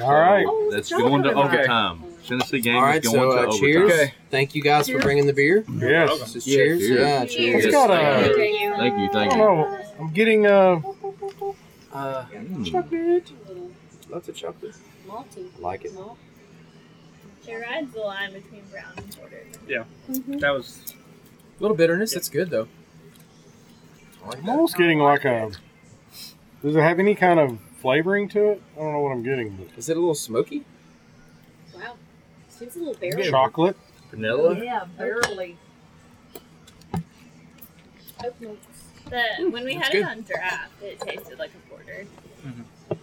[SPEAKER 1] All right.
[SPEAKER 7] Oh,
[SPEAKER 6] That's
[SPEAKER 7] it's
[SPEAKER 6] going to
[SPEAKER 7] over.
[SPEAKER 6] overtime. Tennessee game
[SPEAKER 2] All right,
[SPEAKER 6] is going
[SPEAKER 2] so
[SPEAKER 6] to
[SPEAKER 2] uh,
[SPEAKER 6] overtime.
[SPEAKER 2] cheers. Thank you guys for
[SPEAKER 7] Cheers.
[SPEAKER 2] bringing the beer.
[SPEAKER 1] Yes.
[SPEAKER 2] So
[SPEAKER 4] Yeah,
[SPEAKER 2] cheers.
[SPEAKER 6] cheers. uh,
[SPEAKER 2] Yeah,
[SPEAKER 5] Cheers.
[SPEAKER 2] cheers.
[SPEAKER 1] It's got a.
[SPEAKER 6] Thank you.
[SPEAKER 1] I
[SPEAKER 6] Thank
[SPEAKER 1] don't
[SPEAKER 6] you.
[SPEAKER 1] know. I'm getting uh,
[SPEAKER 2] Uh,
[SPEAKER 6] Mm.
[SPEAKER 2] lots of chocolate.
[SPEAKER 5] Malty.
[SPEAKER 2] Like it.
[SPEAKER 5] Malt. It rides the line between brown and porter.
[SPEAKER 3] That was
[SPEAKER 2] A little bitterness. That's good though. I like
[SPEAKER 1] I'm almost getting like a. Does it have any kind of flavoring to it? I don't know what I'm getting, but
[SPEAKER 2] Is it a little smoky?
[SPEAKER 5] Wow. Seems a little barrel.
[SPEAKER 1] chocolate.
[SPEAKER 6] Vanilla.
[SPEAKER 7] Yeah, barely.
[SPEAKER 5] Oak notes. The, when we
[SPEAKER 2] Hmm, That's
[SPEAKER 5] had it
[SPEAKER 2] good. Mm-hmm.
[SPEAKER 5] on draft, it tasted like a porter.
[SPEAKER 3] Mhm.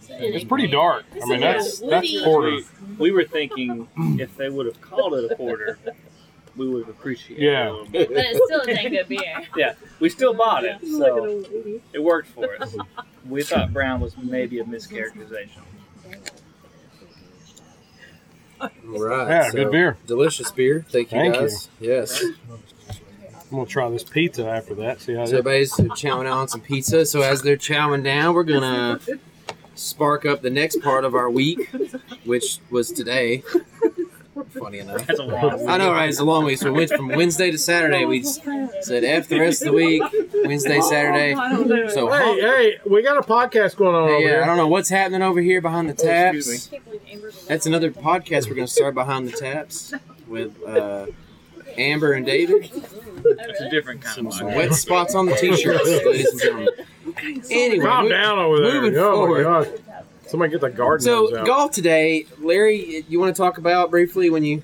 [SPEAKER 5] So
[SPEAKER 1] It's
[SPEAKER 5] it-
[SPEAKER 1] pretty dark.
[SPEAKER 5] This
[SPEAKER 1] I
[SPEAKER 5] is
[SPEAKER 1] mean,
[SPEAKER 5] a
[SPEAKER 1] that's that's
[SPEAKER 5] woody-
[SPEAKER 1] forty.
[SPEAKER 3] we were thinking if they would have called it a porter, we would have appreciated it
[SPEAKER 1] Yeah.
[SPEAKER 3] a little bit.
[SPEAKER 5] But it's still a dang good beer.
[SPEAKER 3] We still bought
[SPEAKER 7] Look at
[SPEAKER 3] it, so
[SPEAKER 7] old Edie.
[SPEAKER 3] it worked for us. we thought Brown was maybe a mischaracterization.
[SPEAKER 2] All right.
[SPEAKER 1] Yeah,
[SPEAKER 2] so,
[SPEAKER 1] good beer.
[SPEAKER 2] Delicious beer. Thank you
[SPEAKER 1] Thank you.
[SPEAKER 2] guys. Yes.
[SPEAKER 1] I'm gonna try this pizza after that. See how
[SPEAKER 2] So
[SPEAKER 1] it
[SPEAKER 2] everybody's chowing down on some pizza. So as they're chowing down, we're gonna spark up the next part of our week, which was today. Funny enough.
[SPEAKER 3] That's a lot.
[SPEAKER 2] I know, right? It's a long week. So we went from Wednesday to Saturday. We just said F the rest of the week, Wednesday, Saturday. So
[SPEAKER 1] Hey, hey, we got a podcast going on
[SPEAKER 2] hey,
[SPEAKER 1] over
[SPEAKER 2] yeah, I
[SPEAKER 1] here.
[SPEAKER 2] don't know what's happening over here behind the taps. That's
[SPEAKER 7] That's
[SPEAKER 2] another podcast we're gonna start behind the taps with uh, Amber and David.
[SPEAKER 3] That's a different kind
[SPEAKER 2] Some,
[SPEAKER 3] of
[SPEAKER 2] some
[SPEAKER 3] podcast.
[SPEAKER 2] wet spots on the t-shirts, ladies and gentlemen. Anyway,
[SPEAKER 1] Calm
[SPEAKER 2] we-
[SPEAKER 1] down over there.
[SPEAKER 2] moving
[SPEAKER 1] oh
[SPEAKER 2] forward.
[SPEAKER 1] my god. Somebody get the garden
[SPEAKER 2] So
[SPEAKER 1] hose out.
[SPEAKER 2] golf today, Larry. You want to talk about briefly when you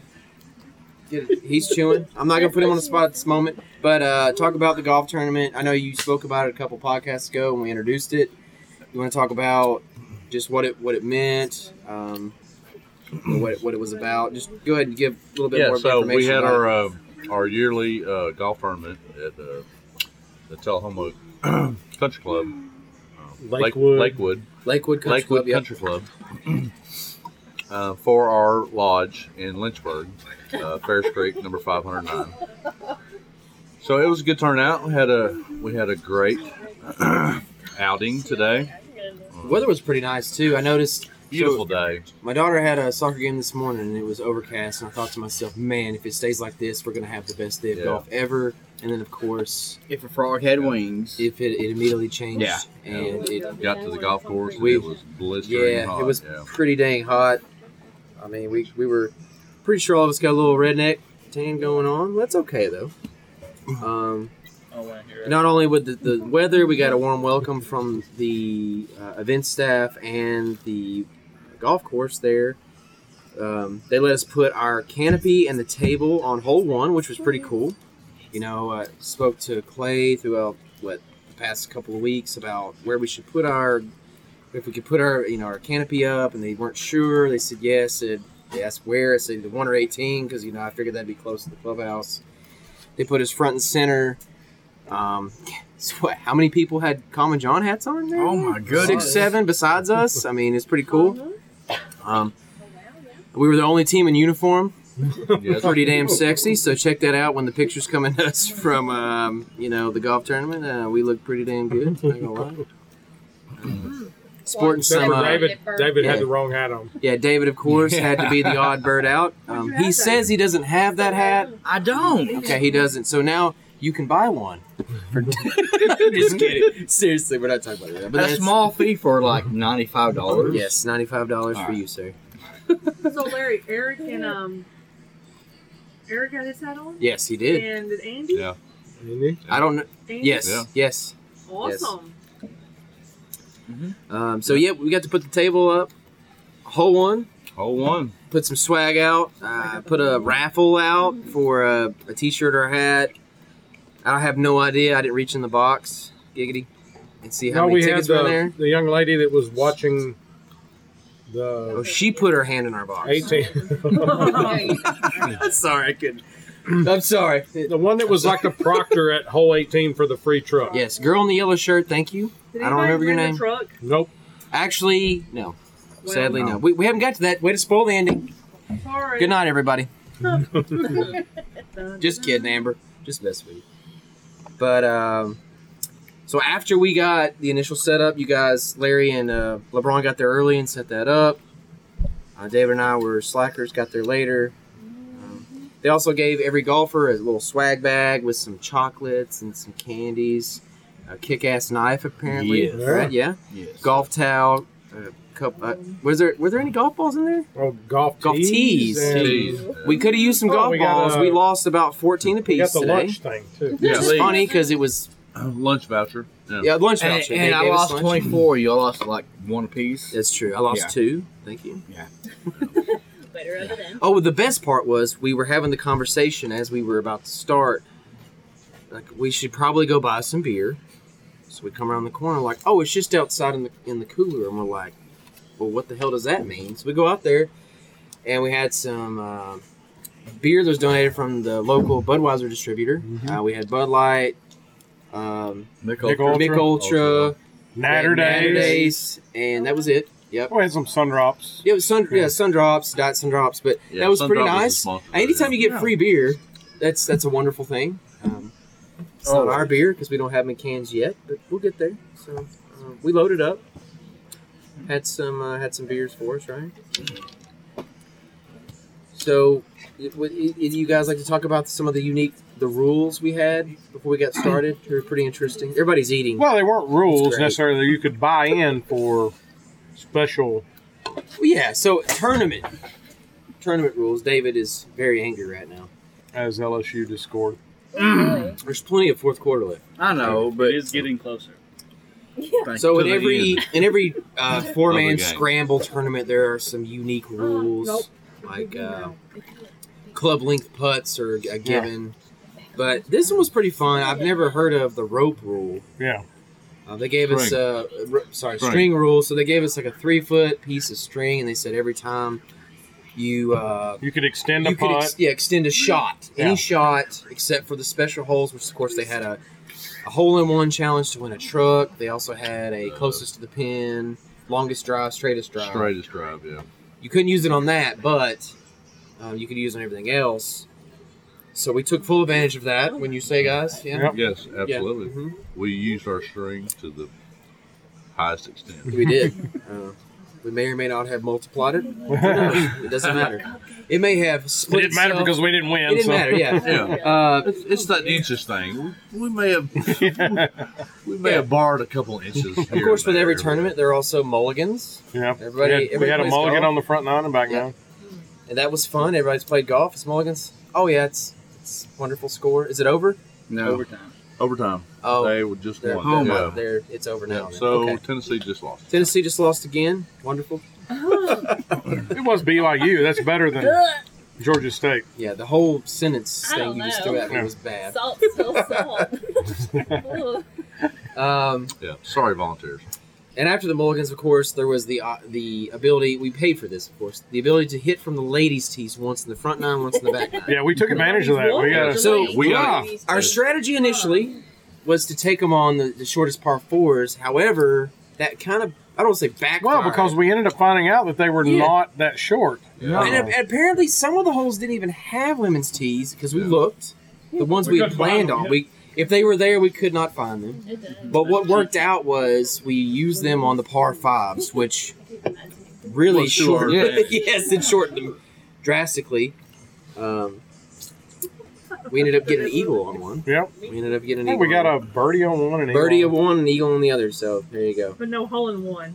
[SPEAKER 2] get? He's chewing. I'm not gonna put him on the spot at this moment, but uh, talk about the golf tournament. I know you spoke about it a couple podcasts ago when we introduced it. You want to talk about just what it what it meant, um, what it, what it was about. Just go ahead and give a little bit
[SPEAKER 6] yeah,
[SPEAKER 2] more
[SPEAKER 6] so
[SPEAKER 2] information.
[SPEAKER 6] we had
[SPEAKER 2] about
[SPEAKER 6] our uh, our yearly uh, golf tournament at uh, the Tullahoma Country Club, Lake-
[SPEAKER 1] Lakewood.
[SPEAKER 6] Lakewood,
[SPEAKER 2] it. Lakewood Country
[SPEAKER 6] Lakewood
[SPEAKER 2] Club. Yep.
[SPEAKER 6] Country Club uh, for our lodge in Lynchburg, uh, Ferris Creek, number 509. So it was a good turnout. We had a we had a great outing today.
[SPEAKER 2] The weather was pretty nice too. I noticed
[SPEAKER 6] Beautiful day.
[SPEAKER 2] My daughter had a soccer game this morning and it was overcast, and I thought to myself, man, if it stays like this, we're going to have the best day of
[SPEAKER 6] Yeah.
[SPEAKER 2] golf ever. And then, of course,
[SPEAKER 4] If a frog had wings,
[SPEAKER 2] if it, it immediately changed.
[SPEAKER 4] Yeah.
[SPEAKER 2] And it,
[SPEAKER 6] Got to the golf course. And
[SPEAKER 2] We-
[SPEAKER 6] it was blistering
[SPEAKER 2] yeah,
[SPEAKER 6] hot.
[SPEAKER 2] it was
[SPEAKER 6] yeah.
[SPEAKER 2] pretty dang hot. I mean, we, we were pretty sure all of us got a little redneck tan going on. That's okay, though. Um,
[SPEAKER 3] Oh, I wanna hear it.
[SPEAKER 2] not only with the, the weather, we got a warm welcome from the uh, event staff and the golf course there. Um, they let us put our canopy and the table on hole one, which was pretty cool. You know, uh, spoke to Clay throughout what the past couple of weeks about where we should put our if we could put our you know our canopy up, and they weren't sure. They said yes. Said they asked where. I said the one or eighteen because you know I figured that'd be close to the clubhouse. They put us front and center. Um, so what, how many people had Common John hats on there?
[SPEAKER 4] oh my goodness,
[SPEAKER 2] Six, seven besides us. I mean, it's pretty cool. Um, we were the only team in uniform.
[SPEAKER 6] Yes.
[SPEAKER 2] Pretty damn sexy. So check that out when the pictures come in us from um, you know the golf tournament. Uh, we look pretty damn good. Not gonna lie. Um, Sporting
[SPEAKER 1] Except
[SPEAKER 2] some
[SPEAKER 1] for
[SPEAKER 2] uh,
[SPEAKER 1] David. David
[SPEAKER 2] Yeah.
[SPEAKER 1] had the wrong hat on.
[SPEAKER 2] yeah, David, of course, had to be the odd bird out. Um, he says he doesn't have that hat.
[SPEAKER 4] I don't.
[SPEAKER 2] Okay, he doesn't. So now you can buy one. For Just kidding. Seriously, we're not talking about that. But
[SPEAKER 4] a small fee for like ninety five dollars.
[SPEAKER 2] Yes, ninety-five dollars
[SPEAKER 4] All
[SPEAKER 2] for
[SPEAKER 4] right.
[SPEAKER 2] you, sir.
[SPEAKER 5] So Larry, Eric and um, Eric got his hat on,
[SPEAKER 2] Yes, he did.
[SPEAKER 5] and did Andy?
[SPEAKER 6] Yeah.
[SPEAKER 1] Didn't
[SPEAKER 2] I don't. know.
[SPEAKER 5] Andy?
[SPEAKER 2] Yes,
[SPEAKER 6] Yeah.
[SPEAKER 2] yes.
[SPEAKER 5] Awesome.
[SPEAKER 2] Um, so yeah, we got to put the table up, whole one.
[SPEAKER 6] Hole one.
[SPEAKER 2] Put some swag out. Uh, put a raffle out for a, a t-shirt or a hat. I have no idea. I didn't reach in the box. Giggity, and see
[SPEAKER 1] he?
[SPEAKER 2] how
[SPEAKER 1] No,
[SPEAKER 2] many
[SPEAKER 1] we had
[SPEAKER 2] tickets were in
[SPEAKER 1] the,
[SPEAKER 2] there.
[SPEAKER 1] the young lady that was watching
[SPEAKER 2] Oh,
[SPEAKER 1] the
[SPEAKER 2] she put her hand in our box.
[SPEAKER 1] 18.
[SPEAKER 2] I'm sorry, I couldn't. I'm sorry.
[SPEAKER 1] the one that was like the proctor at hole 18 for the free truck.
[SPEAKER 2] Yes, girl in the yellow shirt. Thank you.
[SPEAKER 5] Did
[SPEAKER 2] I don't remember
[SPEAKER 5] anybody
[SPEAKER 2] your
[SPEAKER 5] bring the
[SPEAKER 2] name.
[SPEAKER 5] Truck?
[SPEAKER 1] Nope.
[SPEAKER 2] Actually, no.
[SPEAKER 5] Well,
[SPEAKER 2] Sadly, no. We, we haven't got to that. Way to spoil the ending.
[SPEAKER 5] Sorry.
[SPEAKER 2] Good night, everybody.
[SPEAKER 5] Dun,
[SPEAKER 2] Just
[SPEAKER 5] dun.
[SPEAKER 2] kidding, Amber. Just mess with you. But um, so after we got the initial setup, you guys, Larry and uh, LeBron got there early and set that up. Uh, David and I were slackers, got there later. Um, they also gave every golfer a little swag bag with some chocolates and some candies, a kick-ass knife apparently.
[SPEAKER 4] Yes.
[SPEAKER 2] Right? Yeah.
[SPEAKER 4] Yes.
[SPEAKER 2] Golf towel. A cup. Uh, was there were there any golf balls in there?
[SPEAKER 1] Oh, golf
[SPEAKER 2] Golf
[SPEAKER 1] tees.
[SPEAKER 2] tees.
[SPEAKER 1] and-
[SPEAKER 6] Tees.
[SPEAKER 2] We could have used some
[SPEAKER 1] Oh,
[SPEAKER 2] golf
[SPEAKER 1] we got,
[SPEAKER 2] balls.
[SPEAKER 1] uh,
[SPEAKER 2] we lost about fourteen
[SPEAKER 1] We
[SPEAKER 2] apiece
[SPEAKER 1] got the
[SPEAKER 2] today.
[SPEAKER 1] lunch thing, too.
[SPEAKER 6] Yeah,
[SPEAKER 2] Which is
[SPEAKER 6] they-
[SPEAKER 2] funny because it was
[SPEAKER 6] Uh, lunch voucher.
[SPEAKER 2] yeah lunch
[SPEAKER 4] And,
[SPEAKER 2] voucher.
[SPEAKER 4] and
[SPEAKER 2] They
[SPEAKER 4] I
[SPEAKER 2] gave us
[SPEAKER 4] lost
[SPEAKER 2] lunch.
[SPEAKER 4] twenty four. You lost like one apiece.
[SPEAKER 2] That's true. I lost
[SPEAKER 4] Yeah.
[SPEAKER 2] two. Thank you.
[SPEAKER 5] Better other than.
[SPEAKER 2] Oh, the best part was we were having the conversation as we were about to start. Like we should probably go buy some beer. So we come around the corner, like, oh, it's just outside in the in the cooler, and we're like, well, what the hell does that mean? So we go out there, and we had some uh, beer that was donated from the local Budweiser distributor. Uh, we had Bud Light, um,
[SPEAKER 6] Nick
[SPEAKER 1] Ultra.
[SPEAKER 2] Mick Ultra,
[SPEAKER 6] Ultra.
[SPEAKER 1] Natter days.
[SPEAKER 2] Natterdays, and that was it. Yep.
[SPEAKER 1] Oh, we had some sun drops.
[SPEAKER 2] Yeah, it was sun, yeah, sun drops, diet sun drops, but
[SPEAKER 6] Yeah,
[SPEAKER 2] that was
[SPEAKER 6] Sun
[SPEAKER 2] pretty
[SPEAKER 6] Drop was a
[SPEAKER 2] nice.
[SPEAKER 6] small-
[SPEAKER 2] Anytime you get
[SPEAKER 3] Yeah.
[SPEAKER 2] free beer, that's that's a wonderful thing. Um, it's
[SPEAKER 1] Oh.
[SPEAKER 2] not our beer because we don't have them in cans yet, but we'll get there. So um, we loaded up, had some uh, had some beers for us, right? So, it, would- i- i- you guys like to talk about some of the unique the rules we had before we got started? They were pretty interesting. Everybody's eating.
[SPEAKER 1] Well, they weren't
[SPEAKER 2] That's
[SPEAKER 1] rules
[SPEAKER 2] great.
[SPEAKER 1] necessarily. You could buy in for special.
[SPEAKER 2] Well, yeah, so tournament. Tournament rules. David is very angry right now.
[SPEAKER 1] As LSU Discord.
[SPEAKER 7] Really?
[SPEAKER 2] There's plenty of fourth quarter left.
[SPEAKER 4] I know, but
[SPEAKER 3] it is getting closer.
[SPEAKER 4] Back
[SPEAKER 2] So
[SPEAKER 4] to
[SPEAKER 2] in
[SPEAKER 4] the
[SPEAKER 2] every
[SPEAKER 4] end.
[SPEAKER 2] in every uh, four man
[SPEAKER 6] Other game.
[SPEAKER 2] scramble tournament, there are some unique rules
[SPEAKER 5] Uh, nope.
[SPEAKER 2] like uh, club length putts are a given. But this one was pretty fun. I've never heard of the rope rule.
[SPEAKER 1] Yeah.
[SPEAKER 2] Uh, they gave us uh, a ro- sorry
[SPEAKER 6] String.
[SPEAKER 2] string rule. So they gave us like a three foot piece of string, and they said every time you uh,
[SPEAKER 1] You could extend a
[SPEAKER 2] you could
[SPEAKER 1] putt.
[SPEAKER 2] ex- yeah, extend a shot,
[SPEAKER 1] Yeah.
[SPEAKER 2] any shot except for the special holes, which of course they had a, a hole in one challenge to win a truck. They also had a closest to the pin, longest drive, straightest drive.
[SPEAKER 6] Straightest drive, yeah.
[SPEAKER 2] You couldn't use it on that, but um, you could use it on everything else. So we took full advantage of that. When you say, guys, yeah,
[SPEAKER 1] Yep.
[SPEAKER 6] Yes,
[SPEAKER 2] Yeah.
[SPEAKER 6] absolutely.
[SPEAKER 2] Mhm.
[SPEAKER 6] We used our string to the highest extent.
[SPEAKER 2] we did. Uh, we may or may not have multiplied it. It doesn't matter. It may have
[SPEAKER 1] it
[SPEAKER 2] split.
[SPEAKER 1] didn't matter
[SPEAKER 2] itself.
[SPEAKER 1] because we didn't win.
[SPEAKER 2] it didn't
[SPEAKER 1] so.
[SPEAKER 2] matter. Yeah.
[SPEAKER 6] Yeah,
[SPEAKER 2] Uh,
[SPEAKER 6] it's, it's that inches thing. We, we may have we may have borrowed a couple inches.
[SPEAKER 2] of course, with every tournament, there are also mulligans.
[SPEAKER 1] yeah.
[SPEAKER 2] Everybody-
[SPEAKER 1] we had, we had
[SPEAKER 2] everybody
[SPEAKER 1] a
[SPEAKER 2] plays
[SPEAKER 1] mulligan
[SPEAKER 2] golf.
[SPEAKER 1] on the front nine and back
[SPEAKER 2] Yeah.
[SPEAKER 1] nine.
[SPEAKER 2] and that was fun. Everybody's played golf. It's Mulligan's. Oh yeah, it's it's a wonderful score. Is it over?
[SPEAKER 4] no,
[SPEAKER 3] Overtime.
[SPEAKER 6] overtime,
[SPEAKER 2] Oh,
[SPEAKER 6] they would just
[SPEAKER 2] they're
[SPEAKER 6] won.
[SPEAKER 4] home.
[SPEAKER 6] Yeah.
[SPEAKER 2] uh, they're- it's over now.
[SPEAKER 6] Yeah,
[SPEAKER 2] then.
[SPEAKER 6] So
[SPEAKER 2] Okay.
[SPEAKER 6] Tennessee just lost.
[SPEAKER 2] Tennessee just lost again. Wonderful.
[SPEAKER 7] Oh,
[SPEAKER 1] It was BYU. That's better than Georgia State.
[SPEAKER 2] Yeah, the whole sentence
[SPEAKER 7] I
[SPEAKER 2] thing
[SPEAKER 7] don't
[SPEAKER 2] you just threw
[SPEAKER 7] know.
[SPEAKER 2] at me
[SPEAKER 1] Yeah.
[SPEAKER 2] was bad.
[SPEAKER 7] Salt, still salt. Ugh.
[SPEAKER 2] Um,
[SPEAKER 6] Yeah. Sorry, volunteers.
[SPEAKER 2] and after the Mulligans, of course, there was the uh, the ability. We paid for this, of course. The ability to hit from the ladies' tees once in the front nine, once in the back nine.
[SPEAKER 1] Yeah, we took advantage of that. We
[SPEAKER 7] Nobody's
[SPEAKER 1] got
[SPEAKER 7] walking.
[SPEAKER 1] to
[SPEAKER 2] So,
[SPEAKER 7] Nobody's
[SPEAKER 6] we
[SPEAKER 1] gotta-
[SPEAKER 7] walking.
[SPEAKER 2] Our strategy initially was to take them on the, the shortest par fours. However, that kind of I don't want to say backfired.
[SPEAKER 1] well because we ended up finding out that they were
[SPEAKER 2] Yeah.
[SPEAKER 1] not that short.
[SPEAKER 6] Yeah.
[SPEAKER 2] And ap- apparently, some of the holes didn't even have women's tees because we
[SPEAKER 6] Yeah.
[SPEAKER 2] looked. The ones we,
[SPEAKER 3] We
[SPEAKER 2] had
[SPEAKER 3] couldn't
[SPEAKER 2] planned
[SPEAKER 3] find them,
[SPEAKER 2] on,
[SPEAKER 3] yeah.
[SPEAKER 2] we if they were there, we could not find them.
[SPEAKER 7] It does.
[SPEAKER 2] But what worked out was we used them on the par fives, which really
[SPEAKER 4] Well, sure,
[SPEAKER 2] shortened.
[SPEAKER 4] yeah.
[SPEAKER 2] yes, it shortened them drastically. Um, we ended up getting an eagle on one.
[SPEAKER 1] Yep.
[SPEAKER 2] We ended up getting an
[SPEAKER 1] I think
[SPEAKER 2] eagle.
[SPEAKER 1] we got
[SPEAKER 2] on
[SPEAKER 1] a birdie on one and
[SPEAKER 2] one.
[SPEAKER 1] eagle
[SPEAKER 2] birdie
[SPEAKER 1] on
[SPEAKER 2] of one and eagle on the other. So there you go.
[SPEAKER 5] But no hole in one.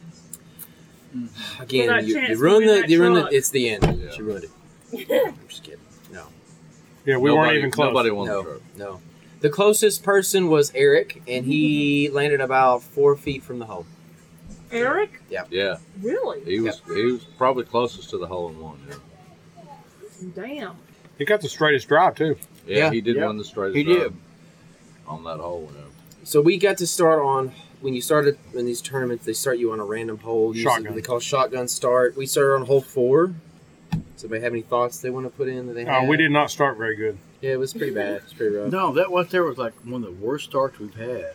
[SPEAKER 2] Again,
[SPEAKER 5] Without
[SPEAKER 2] you,
[SPEAKER 5] chance
[SPEAKER 2] you
[SPEAKER 5] to
[SPEAKER 2] ruined
[SPEAKER 5] win
[SPEAKER 2] the
[SPEAKER 5] that
[SPEAKER 2] you ruined the.
[SPEAKER 5] truck.
[SPEAKER 2] It's the end.
[SPEAKER 6] Yeah.
[SPEAKER 2] She ruined it. I'm just kidding.
[SPEAKER 1] Yeah, we
[SPEAKER 6] Nobody-
[SPEAKER 1] weren't even close.
[SPEAKER 6] Nobody won
[SPEAKER 2] No.
[SPEAKER 6] the truck.
[SPEAKER 2] No. The closest person was Eric, and he landed about four feet from the hole.
[SPEAKER 5] Eric,
[SPEAKER 6] Yeah,
[SPEAKER 5] really?
[SPEAKER 6] he was he was probably closest to the hole in one. Yeah,
[SPEAKER 5] Damn.
[SPEAKER 1] He got the straightest drive too.
[SPEAKER 6] yeah,
[SPEAKER 2] Yeah.
[SPEAKER 6] he did
[SPEAKER 1] Yeah.
[SPEAKER 6] win the straightest.
[SPEAKER 4] he
[SPEAKER 6] drive
[SPEAKER 4] did.
[SPEAKER 6] on that hole. Yeah.
[SPEAKER 2] So we got to start on when you started in these tournaments. They start you on a random hole. Usually
[SPEAKER 1] Shotgun.
[SPEAKER 2] They call shotgun start. We started on hole four. Does anybody have any thoughts they want to put in that they
[SPEAKER 1] Uh,
[SPEAKER 2] had?
[SPEAKER 1] we did not start very good.
[SPEAKER 2] Yeah, it was pretty bad. It's pretty rough.
[SPEAKER 4] no, that was there was like one of the worst starts we've had.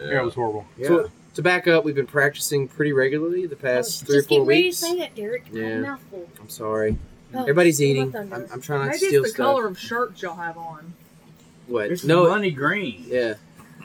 [SPEAKER 1] Yeah, it was horrible.
[SPEAKER 2] So to back up, we've been practicing pretty regularly the past three or
[SPEAKER 7] Just
[SPEAKER 2] four
[SPEAKER 7] get ready to
[SPEAKER 2] weeks.
[SPEAKER 7] say that, Derek. I had a
[SPEAKER 2] Yeah.
[SPEAKER 7] mouthful.
[SPEAKER 2] I'm sorry.
[SPEAKER 7] Oh,
[SPEAKER 2] Everybody's
[SPEAKER 7] still
[SPEAKER 2] eating.
[SPEAKER 7] left under.
[SPEAKER 2] I'm, I'm trying not
[SPEAKER 5] Maybe
[SPEAKER 2] to
[SPEAKER 5] it's
[SPEAKER 2] steal
[SPEAKER 5] the
[SPEAKER 2] stuff.
[SPEAKER 5] color of shirts y'all have on.
[SPEAKER 2] What?
[SPEAKER 4] It's
[SPEAKER 2] no.
[SPEAKER 4] money green,
[SPEAKER 2] Yeah.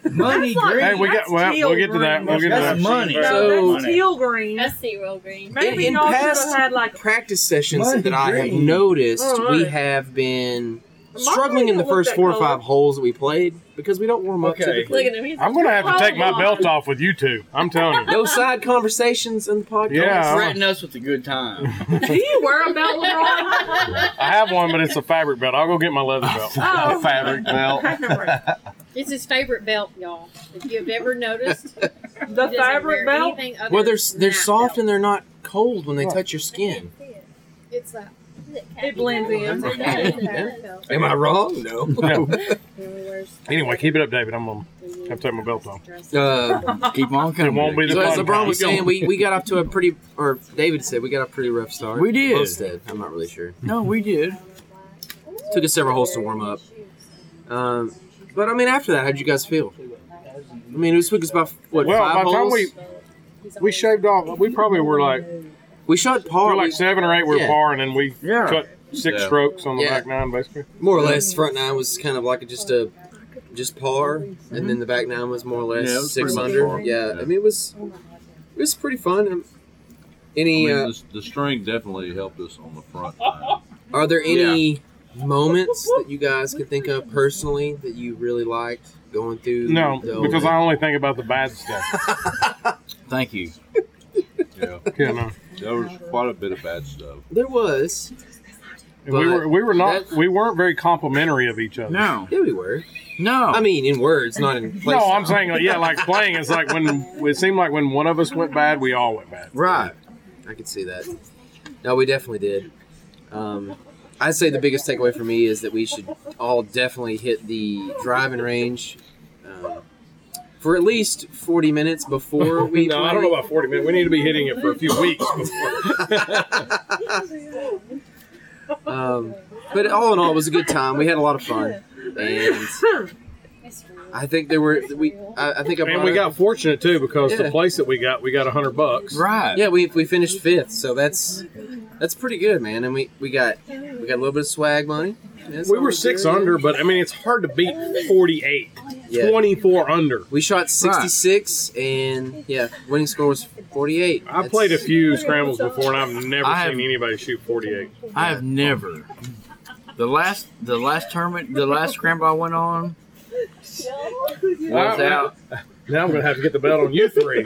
[SPEAKER 4] money
[SPEAKER 5] That's like-
[SPEAKER 4] green.
[SPEAKER 1] Hey, we got.
[SPEAKER 5] That's
[SPEAKER 1] Well,
[SPEAKER 5] teal
[SPEAKER 1] we'll get to that.
[SPEAKER 5] green.
[SPEAKER 1] We'll get to
[SPEAKER 4] That's
[SPEAKER 1] that.
[SPEAKER 4] money.
[SPEAKER 2] So-
[SPEAKER 5] No, that's teal green.
[SPEAKER 7] That's the real green.
[SPEAKER 5] Maybe
[SPEAKER 2] in
[SPEAKER 5] y'all should
[SPEAKER 2] past-
[SPEAKER 5] have had like
[SPEAKER 2] practice sessions
[SPEAKER 4] Mighty
[SPEAKER 2] that I have
[SPEAKER 4] green.
[SPEAKER 2] noticed,
[SPEAKER 5] All
[SPEAKER 2] we
[SPEAKER 5] right.
[SPEAKER 2] have been
[SPEAKER 5] Mine
[SPEAKER 2] struggling in the
[SPEAKER 5] don't look
[SPEAKER 2] first
[SPEAKER 5] that
[SPEAKER 2] four or
[SPEAKER 5] color.
[SPEAKER 2] five holes that we played because we don't warm up
[SPEAKER 4] Okay.
[SPEAKER 2] typically.
[SPEAKER 7] Look at him. He's
[SPEAKER 1] I'm gonna have to take my
[SPEAKER 5] Hold on.
[SPEAKER 1] belt off with you two. I'm telling you.
[SPEAKER 2] No side conversations in the podcast.
[SPEAKER 1] Yeah.
[SPEAKER 4] Threaten us with a good time.
[SPEAKER 5] Do you wear a belt, LeBron?
[SPEAKER 1] I have one, but it's a fabric belt. I'll go get my leather belt.
[SPEAKER 5] Oh.
[SPEAKER 6] fabric belt.
[SPEAKER 7] It's his favorite belt, y'all. If you've ever noticed, he
[SPEAKER 5] the
[SPEAKER 7] doesn't wear
[SPEAKER 5] fabric belt.
[SPEAKER 7] anything other
[SPEAKER 2] Well, they're
[SPEAKER 7] than
[SPEAKER 2] they're
[SPEAKER 7] that
[SPEAKER 2] soft
[SPEAKER 7] belt.
[SPEAKER 2] and they're not cold when they
[SPEAKER 1] Right.
[SPEAKER 2] touch your skin.
[SPEAKER 7] It's that.
[SPEAKER 5] It blends in.
[SPEAKER 2] Am I wrong? No.
[SPEAKER 1] Yeah. Anyway, keep it up, David. I'm gonna have to take my belt off.
[SPEAKER 2] Uh,
[SPEAKER 4] Keep on coming.
[SPEAKER 1] won't be the
[SPEAKER 2] so as
[SPEAKER 1] fun
[SPEAKER 2] LeBron
[SPEAKER 1] time.
[SPEAKER 2] was saying, we, we got off to a pretty, or David said, we got a pretty rough start.
[SPEAKER 4] We did.
[SPEAKER 2] Both did. I'm not really sure.
[SPEAKER 4] No, we did.
[SPEAKER 2] Took us several holes to warm up. Um, but I mean, after that, how'd you guys feel? I mean, this week was about what
[SPEAKER 1] Well,
[SPEAKER 2] five
[SPEAKER 1] by the time
[SPEAKER 2] holes.
[SPEAKER 1] we
[SPEAKER 7] He's
[SPEAKER 1] We
[SPEAKER 7] always-
[SPEAKER 1] shaved off. We probably were like
[SPEAKER 2] We shot
[SPEAKER 1] we
[SPEAKER 2] par
[SPEAKER 1] were like seven or eight. We were
[SPEAKER 2] Yeah.
[SPEAKER 1] par, and then we
[SPEAKER 6] Yeah.
[SPEAKER 1] cut six
[SPEAKER 6] Yeah.
[SPEAKER 1] strokes on the
[SPEAKER 2] Yeah.
[SPEAKER 1] back nine, basically.
[SPEAKER 2] more or less. Front nine was kind of like just a just par, and then the back nine was more or less
[SPEAKER 6] Yeah, it was pretty
[SPEAKER 2] six
[SPEAKER 6] much
[SPEAKER 2] under.
[SPEAKER 6] par.
[SPEAKER 2] Yeah,
[SPEAKER 6] Yeah.
[SPEAKER 2] I mean it was it was pretty fun. Um, Any
[SPEAKER 6] I mean,
[SPEAKER 2] uh,
[SPEAKER 6] this- the string definitely helped us on the front. line.
[SPEAKER 2] are there any moments that you guys can think of personally that you really liked going through?
[SPEAKER 1] No,
[SPEAKER 2] the-
[SPEAKER 1] because I only think about the bad stuff.
[SPEAKER 4] Thank you.
[SPEAKER 6] yeah,
[SPEAKER 1] You know,
[SPEAKER 6] there was quite a bit of bad stuff.
[SPEAKER 2] there was
[SPEAKER 1] And we
[SPEAKER 2] But
[SPEAKER 1] were we were not
[SPEAKER 2] that-
[SPEAKER 1] we weren't very complimentary of each other.
[SPEAKER 4] No,
[SPEAKER 2] yeah we were.
[SPEAKER 4] no.
[SPEAKER 2] I mean in words, not in place.
[SPEAKER 1] No, I'm saying, like, yeah, like playing is like when it seemed like when one of us went bad, we all went bad.
[SPEAKER 4] right.
[SPEAKER 2] I could see that. No, we definitely did. Um, I'd say the biggest takeaway for me is that we should all definitely hit the driving range um, for at least 40 minutes before we.
[SPEAKER 1] no, I don't know about 40 minutes. We need to be hitting it for a few weeks. Before.
[SPEAKER 2] Um, but all in all, it was a good time. We had a lot of fun, and I think there were we. I, I think I
[SPEAKER 1] and
[SPEAKER 2] brought
[SPEAKER 1] we
[SPEAKER 2] up-
[SPEAKER 1] got fortunate too because
[SPEAKER 2] Yeah.
[SPEAKER 1] the place that we got, we got 100 bucks.
[SPEAKER 4] Right.
[SPEAKER 2] Yeah, we, we finished fifth, so that's that's pretty good, man. And we, we got we got a little bit of swag money. That's
[SPEAKER 1] We were
[SPEAKER 2] always
[SPEAKER 1] six
[SPEAKER 2] good.
[SPEAKER 1] under, but I mean, it's hard to beat 48,
[SPEAKER 2] Yeah.
[SPEAKER 1] 24 under.
[SPEAKER 2] We shot 66, and yeah, winning score was 48.
[SPEAKER 1] I
[SPEAKER 2] That's-
[SPEAKER 1] played a few scrambles before, and I've never
[SPEAKER 4] I
[SPEAKER 1] seen
[SPEAKER 4] have-
[SPEAKER 1] anybody shoot 48.
[SPEAKER 4] I have never. The last, the last tournament, the last scramble I went on was
[SPEAKER 1] Wow.
[SPEAKER 4] out.
[SPEAKER 1] Now I'm going to have to get the bet on you three.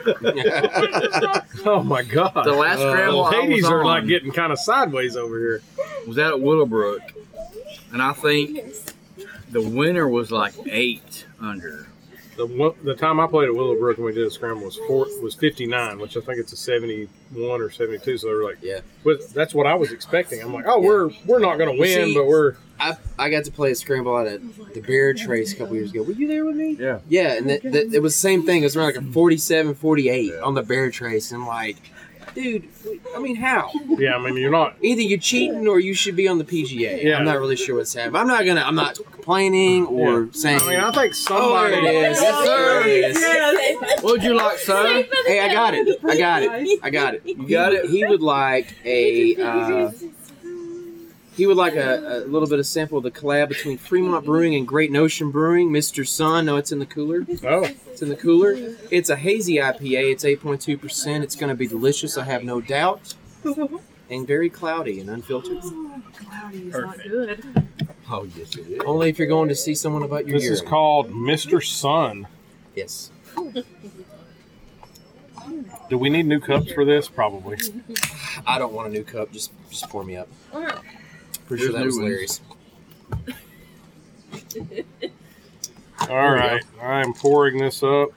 [SPEAKER 1] oh my God.
[SPEAKER 4] The last
[SPEAKER 2] Uh,
[SPEAKER 1] the
[SPEAKER 4] scramble I was
[SPEAKER 1] ladies are
[SPEAKER 4] on
[SPEAKER 1] like getting kind of sideways over here.
[SPEAKER 4] was out at Willowbrook, and I think the winner was like eight under.
[SPEAKER 1] The one, the time I played at Willowbrook and we did a scramble was four, was 59, which I think it's a 71 or 72. So they were like,
[SPEAKER 2] Yeah.
[SPEAKER 1] but that's what I was expecting. I'm like, oh, we're we're not going to win,
[SPEAKER 2] see-
[SPEAKER 1] but we're
[SPEAKER 2] I, I got to play a scramble out at the Bear Trace a couple years ago. Were you there with me?
[SPEAKER 6] Yeah.
[SPEAKER 2] Yeah, and that that it was the same thing. It was around like a 47, 48
[SPEAKER 6] Yeah.
[SPEAKER 2] on the Bear Trace. And I'm like, dude, I mean, how?
[SPEAKER 1] yeah. I mean, you're not.
[SPEAKER 2] Either you're cheating or you should be on the PGA.
[SPEAKER 1] Yeah.
[SPEAKER 2] I'm not really sure what's happening. I'm not gonna. I'm not complaining or saying.
[SPEAKER 1] I mean, I think
[SPEAKER 2] oh,
[SPEAKER 1] somebody.
[SPEAKER 2] there it is.
[SPEAKER 5] Yes,
[SPEAKER 2] There it is.
[SPEAKER 4] What would you like, sir?
[SPEAKER 2] Hey, I got it. I got it. I got it. You
[SPEAKER 4] got it?
[SPEAKER 2] He would like a. Uh, he would like a, a little bit of sample of the collab between Fremont Brewing and Great Notion Brewing. Mr. Sun, no, it's in the cooler.
[SPEAKER 1] Oh,
[SPEAKER 2] It's in the cooler. It's a hazy IPA. It's 8.2%. It's going to be delicious, I have no doubt. And very cloudy and unfiltered.
[SPEAKER 5] Cloudy is not
[SPEAKER 3] Perfect.
[SPEAKER 5] good.
[SPEAKER 4] Oh yes, it is.
[SPEAKER 2] Only if you're going to see someone about your
[SPEAKER 1] this is
[SPEAKER 2] urine.
[SPEAKER 1] called Mr. Sun.
[SPEAKER 2] yes.
[SPEAKER 1] Do we need new cups for this? Probably.
[SPEAKER 2] I don't want a new cup. Just just pour me up. Pretty
[SPEAKER 6] Here's
[SPEAKER 2] sure that
[SPEAKER 6] new
[SPEAKER 2] was
[SPEAKER 6] ones.
[SPEAKER 2] Larry's.
[SPEAKER 1] All right, I'm pouring this up.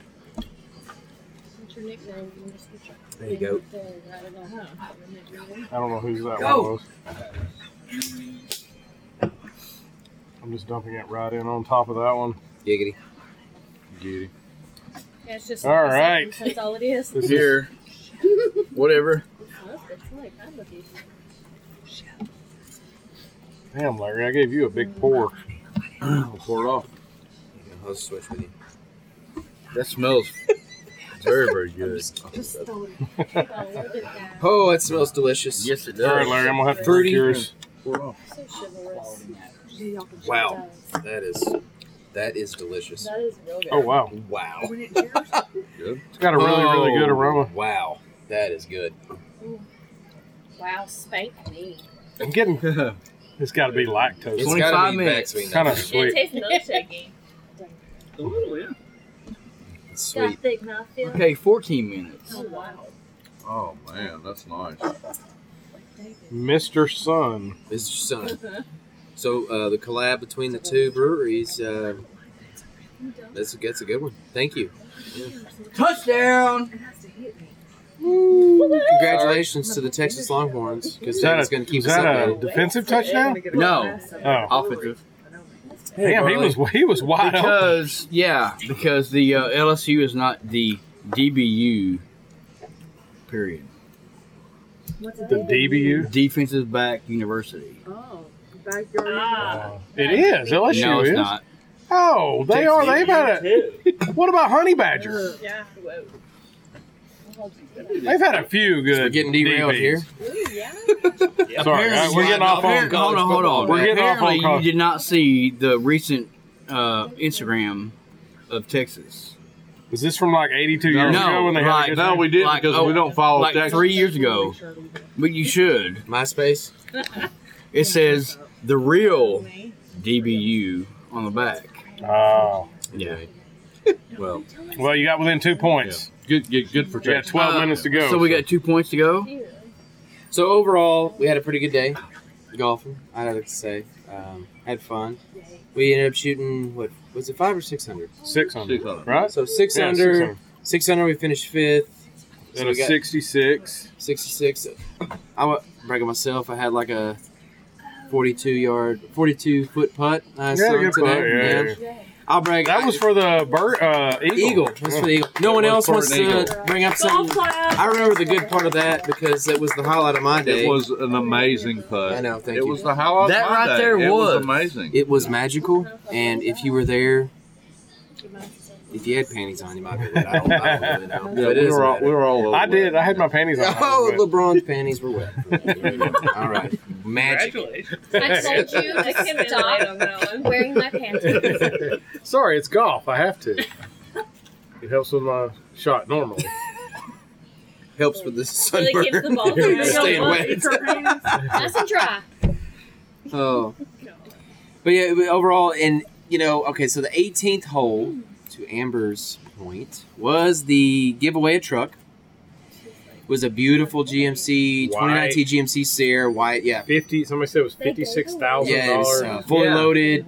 [SPEAKER 2] There you go.
[SPEAKER 1] I don't know whose that
[SPEAKER 2] Go.
[SPEAKER 1] one was. I'm just dumping it right in on top of that one.
[SPEAKER 2] Giggity.
[SPEAKER 6] Giddy.
[SPEAKER 7] Yeah, it's just
[SPEAKER 1] All right.
[SPEAKER 7] That's all it is.
[SPEAKER 1] This is
[SPEAKER 4] Here, whatever.
[SPEAKER 1] damn, Larry. I gave you a big pour.
[SPEAKER 6] I'll pour it off.
[SPEAKER 2] I'll switch with you.
[SPEAKER 4] That smells
[SPEAKER 6] Very, very good.
[SPEAKER 5] Just throw it.
[SPEAKER 2] Oh, it smells delicious.
[SPEAKER 4] Yes, it
[SPEAKER 1] All right,
[SPEAKER 4] does.
[SPEAKER 1] Larry. I'm gonna have to
[SPEAKER 2] Fruity.
[SPEAKER 1] drink yours.
[SPEAKER 6] Pour it off.
[SPEAKER 7] So chivalrous.
[SPEAKER 5] Y'all can
[SPEAKER 2] Wow. That is that is delicious.
[SPEAKER 7] That is real good.
[SPEAKER 1] Oh wow,
[SPEAKER 2] Wow.
[SPEAKER 5] When it tears,
[SPEAKER 1] it's got a really, really good
[SPEAKER 2] Oh,
[SPEAKER 1] aroma.
[SPEAKER 2] Wow. That is good.
[SPEAKER 7] Wow, spank me.
[SPEAKER 1] I'm getting. It's got to be lactose.
[SPEAKER 2] It's
[SPEAKER 4] 25
[SPEAKER 2] gotta be
[SPEAKER 4] minutes.
[SPEAKER 2] Backswing.
[SPEAKER 1] Kind of
[SPEAKER 2] though.
[SPEAKER 1] sweet.
[SPEAKER 3] Ooh, yeah.
[SPEAKER 2] It's sweet.
[SPEAKER 4] Okay, fourteen minutes.
[SPEAKER 7] Oh, wow.
[SPEAKER 6] Oh man, that's nice.
[SPEAKER 1] Mr. Sun.
[SPEAKER 2] It's just sun. So uh, the collab between the two breweries, uh, that's that's a good one. Thank you.
[SPEAKER 4] Touchdown!
[SPEAKER 5] it has to hit me.
[SPEAKER 2] Congratulations to the Texas Longhorns because
[SPEAKER 1] Is that
[SPEAKER 2] that's
[SPEAKER 1] a,
[SPEAKER 2] going to keep
[SPEAKER 1] is
[SPEAKER 2] us
[SPEAKER 1] that
[SPEAKER 2] up.
[SPEAKER 1] a
[SPEAKER 2] there.
[SPEAKER 1] defensive touchdown?
[SPEAKER 4] No.
[SPEAKER 1] Oh,
[SPEAKER 4] Offensive.
[SPEAKER 1] damn, he
[SPEAKER 2] Harley.
[SPEAKER 1] was he was wide open.
[SPEAKER 4] Because yeah, because the uh, LSU is not the DBU. Period.
[SPEAKER 5] What's it
[SPEAKER 1] The
[SPEAKER 5] do?
[SPEAKER 1] DBU.
[SPEAKER 4] Defensive back university.
[SPEAKER 5] Oh, backyard.
[SPEAKER 1] Uh, it is LSU
[SPEAKER 4] no, it's
[SPEAKER 1] is.
[SPEAKER 4] not.
[SPEAKER 1] Oh, they are. They've had it. What about Honey Badger?
[SPEAKER 7] Yeah.
[SPEAKER 1] They've had a few good.
[SPEAKER 2] We're getting derailed
[SPEAKER 1] DBs.
[SPEAKER 2] here.
[SPEAKER 5] Ooh, yeah.
[SPEAKER 1] Sorry, all right, we're getting off on
[SPEAKER 4] Apparently- Hold on, hold on.
[SPEAKER 1] We're getting off
[SPEAKER 4] Apparently
[SPEAKER 1] on college.
[SPEAKER 4] you did not see the recent uh, Instagram of Texas.
[SPEAKER 1] Is this from like 82
[SPEAKER 6] No.
[SPEAKER 1] years
[SPEAKER 4] No,
[SPEAKER 1] ago when they had
[SPEAKER 4] like-
[SPEAKER 1] a good
[SPEAKER 6] No,
[SPEAKER 1] thing?
[SPEAKER 6] we didn't
[SPEAKER 4] Like,
[SPEAKER 6] because
[SPEAKER 4] oh,
[SPEAKER 6] we don't follow
[SPEAKER 4] like
[SPEAKER 6] Texas.
[SPEAKER 4] three years ago, but you should.
[SPEAKER 2] MySpace.
[SPEAKER 4] It says the real DBU on the back.
[SPEAKER 1] Oh.
[SPEAKER 4] Yeah.
[SPEAKER 6] Well,
[SPEAKER 1] Well, you got within two points.
[SPEAKER 6] good, good, good for
[SPEAKER 1] You got
[SPEAKER 6] Texas.
[SPEAKER 1] 12
[SPEAKER 4] Uh,
[SPEAKER 1] minutes to go.
[SPEAKER 4] So we got two points to go.
[SPEAKER 2] So overall, we had a pretty good day golfing. I would say um, had fun. We ended up shooting what was it five or six hundred?
[SPEAKER 1] six under,
[SPEAKER 6] Six under.
[SPEAKER 1] right?
[SPEAKER 2] So six
[SPEAKER 1] Yeah,
[SPEAKER 2] under,
[SPEAKER 1] six under.
[SPEAKER 2] six under. We finished fifth, So
[SPEAKER 1] At
[SPEAKER 2] we
[SPEAKER 1] a
[SPEAKER 2] got-
[SPEAKER 1] 66.
[SPEAKER 2] sixty-six. I wa- bragging myself. I had like a forty-two yard, forty-two foot putt. I
[SPEAKER 1] Yeah,
[SPEAKER 2] sung
[SPEAKER 1] good
[SPEAKER 2] today.
[SPEAKER 1] putt, yeah, yeah,
[SPEAKER 2] I'll brag.
[SPEAKER 1] That was for the bird, uh,
[SPEAKER 2] eagle.
[SPEAKER 1] eagle.
[SPEAKER 2] It was for the eagle. No one
[SPEAKER 6] was
[SPEAKER 2] else
[SPEAKER 6] for
[SPEAKER 2] wants
[SPEAKER 6] an
[SPEAKER 2] to
[SPEAKER 6] eagle.
[SPEAKER 2] bring up
[SPEAKER 5] Golf
[SPEAKER 2] something.
[SPEAKER 5] clap.
[SPEAKER 2] I remember the good part of that because it was the highlight of my day.
[SPEAKER 6] It was an amazing putt.
[SPEAKER 2] I know. Thank
[SPEAKER 6] it
[SPEAKER 2] you.
[SPEAKER 6] was the highlight. of
[SPEAKER 4] That
[SPEAKER 6] my
[SPEAKER 4] right
[SPEAKER 6] day.
[SPEAKER 4] there
[SPEAKER 6] it
[SPEAKER 4] was.
[SPEAKER 6] was, amazing.
[SPEAKER 2] It was magical, and if you were there, if you had panties on, you might be. wet. I don't, I don't really know.
[SPEAKER 6] yeah,
[SPEAKER 2] but it
[SPEAKER 6] we
[SPEAKER 2] doesn't
[SPEAKER 6] were all,
[SPEAKER 2] matter.
[SPEAKER 6] we were all over.
[SPEAKER 1] I
[SPEAKER 6] it.
[SPEAKER 1] did. I had my panties on.
[SPEAKER 2] Oh, LeBron's panties were wet. all right, magic.
[SPEAKER 3] Congratulations.
[SPEAKER 7] I told you I can stop wearing my pants.
[SPEAKER 1] Sorry, it's golf. I have to. It helps with my shot normally.
[SPEAKER 2] Helps with the
[SPEAKER 7] Really keeps the
[SPEAKER 2] sunburn.
[SPEAKER 7] ball
[SPEAKER 2] You're
[SPEAKER 7] dry.
[SPEAKER 2] staying
[SPEAKER 5] It's her hands.
[SPEAKER 7] Nice and dry.
[SPEAKER 2] Oh, but yeah, but overall, and you know, okay, so the 18th hole, to Amber's point, was the giveaway a truck. It was a beautiful GMC 2019 GMC Sierra white, yeah,
[SPEAKER 1] 50. Somebody said it was $56,000.
[SPEAKER 2] yeah, it was, uh, fully
[SPEAKER 4] Yeah.
[SPEAKER 2] loaded.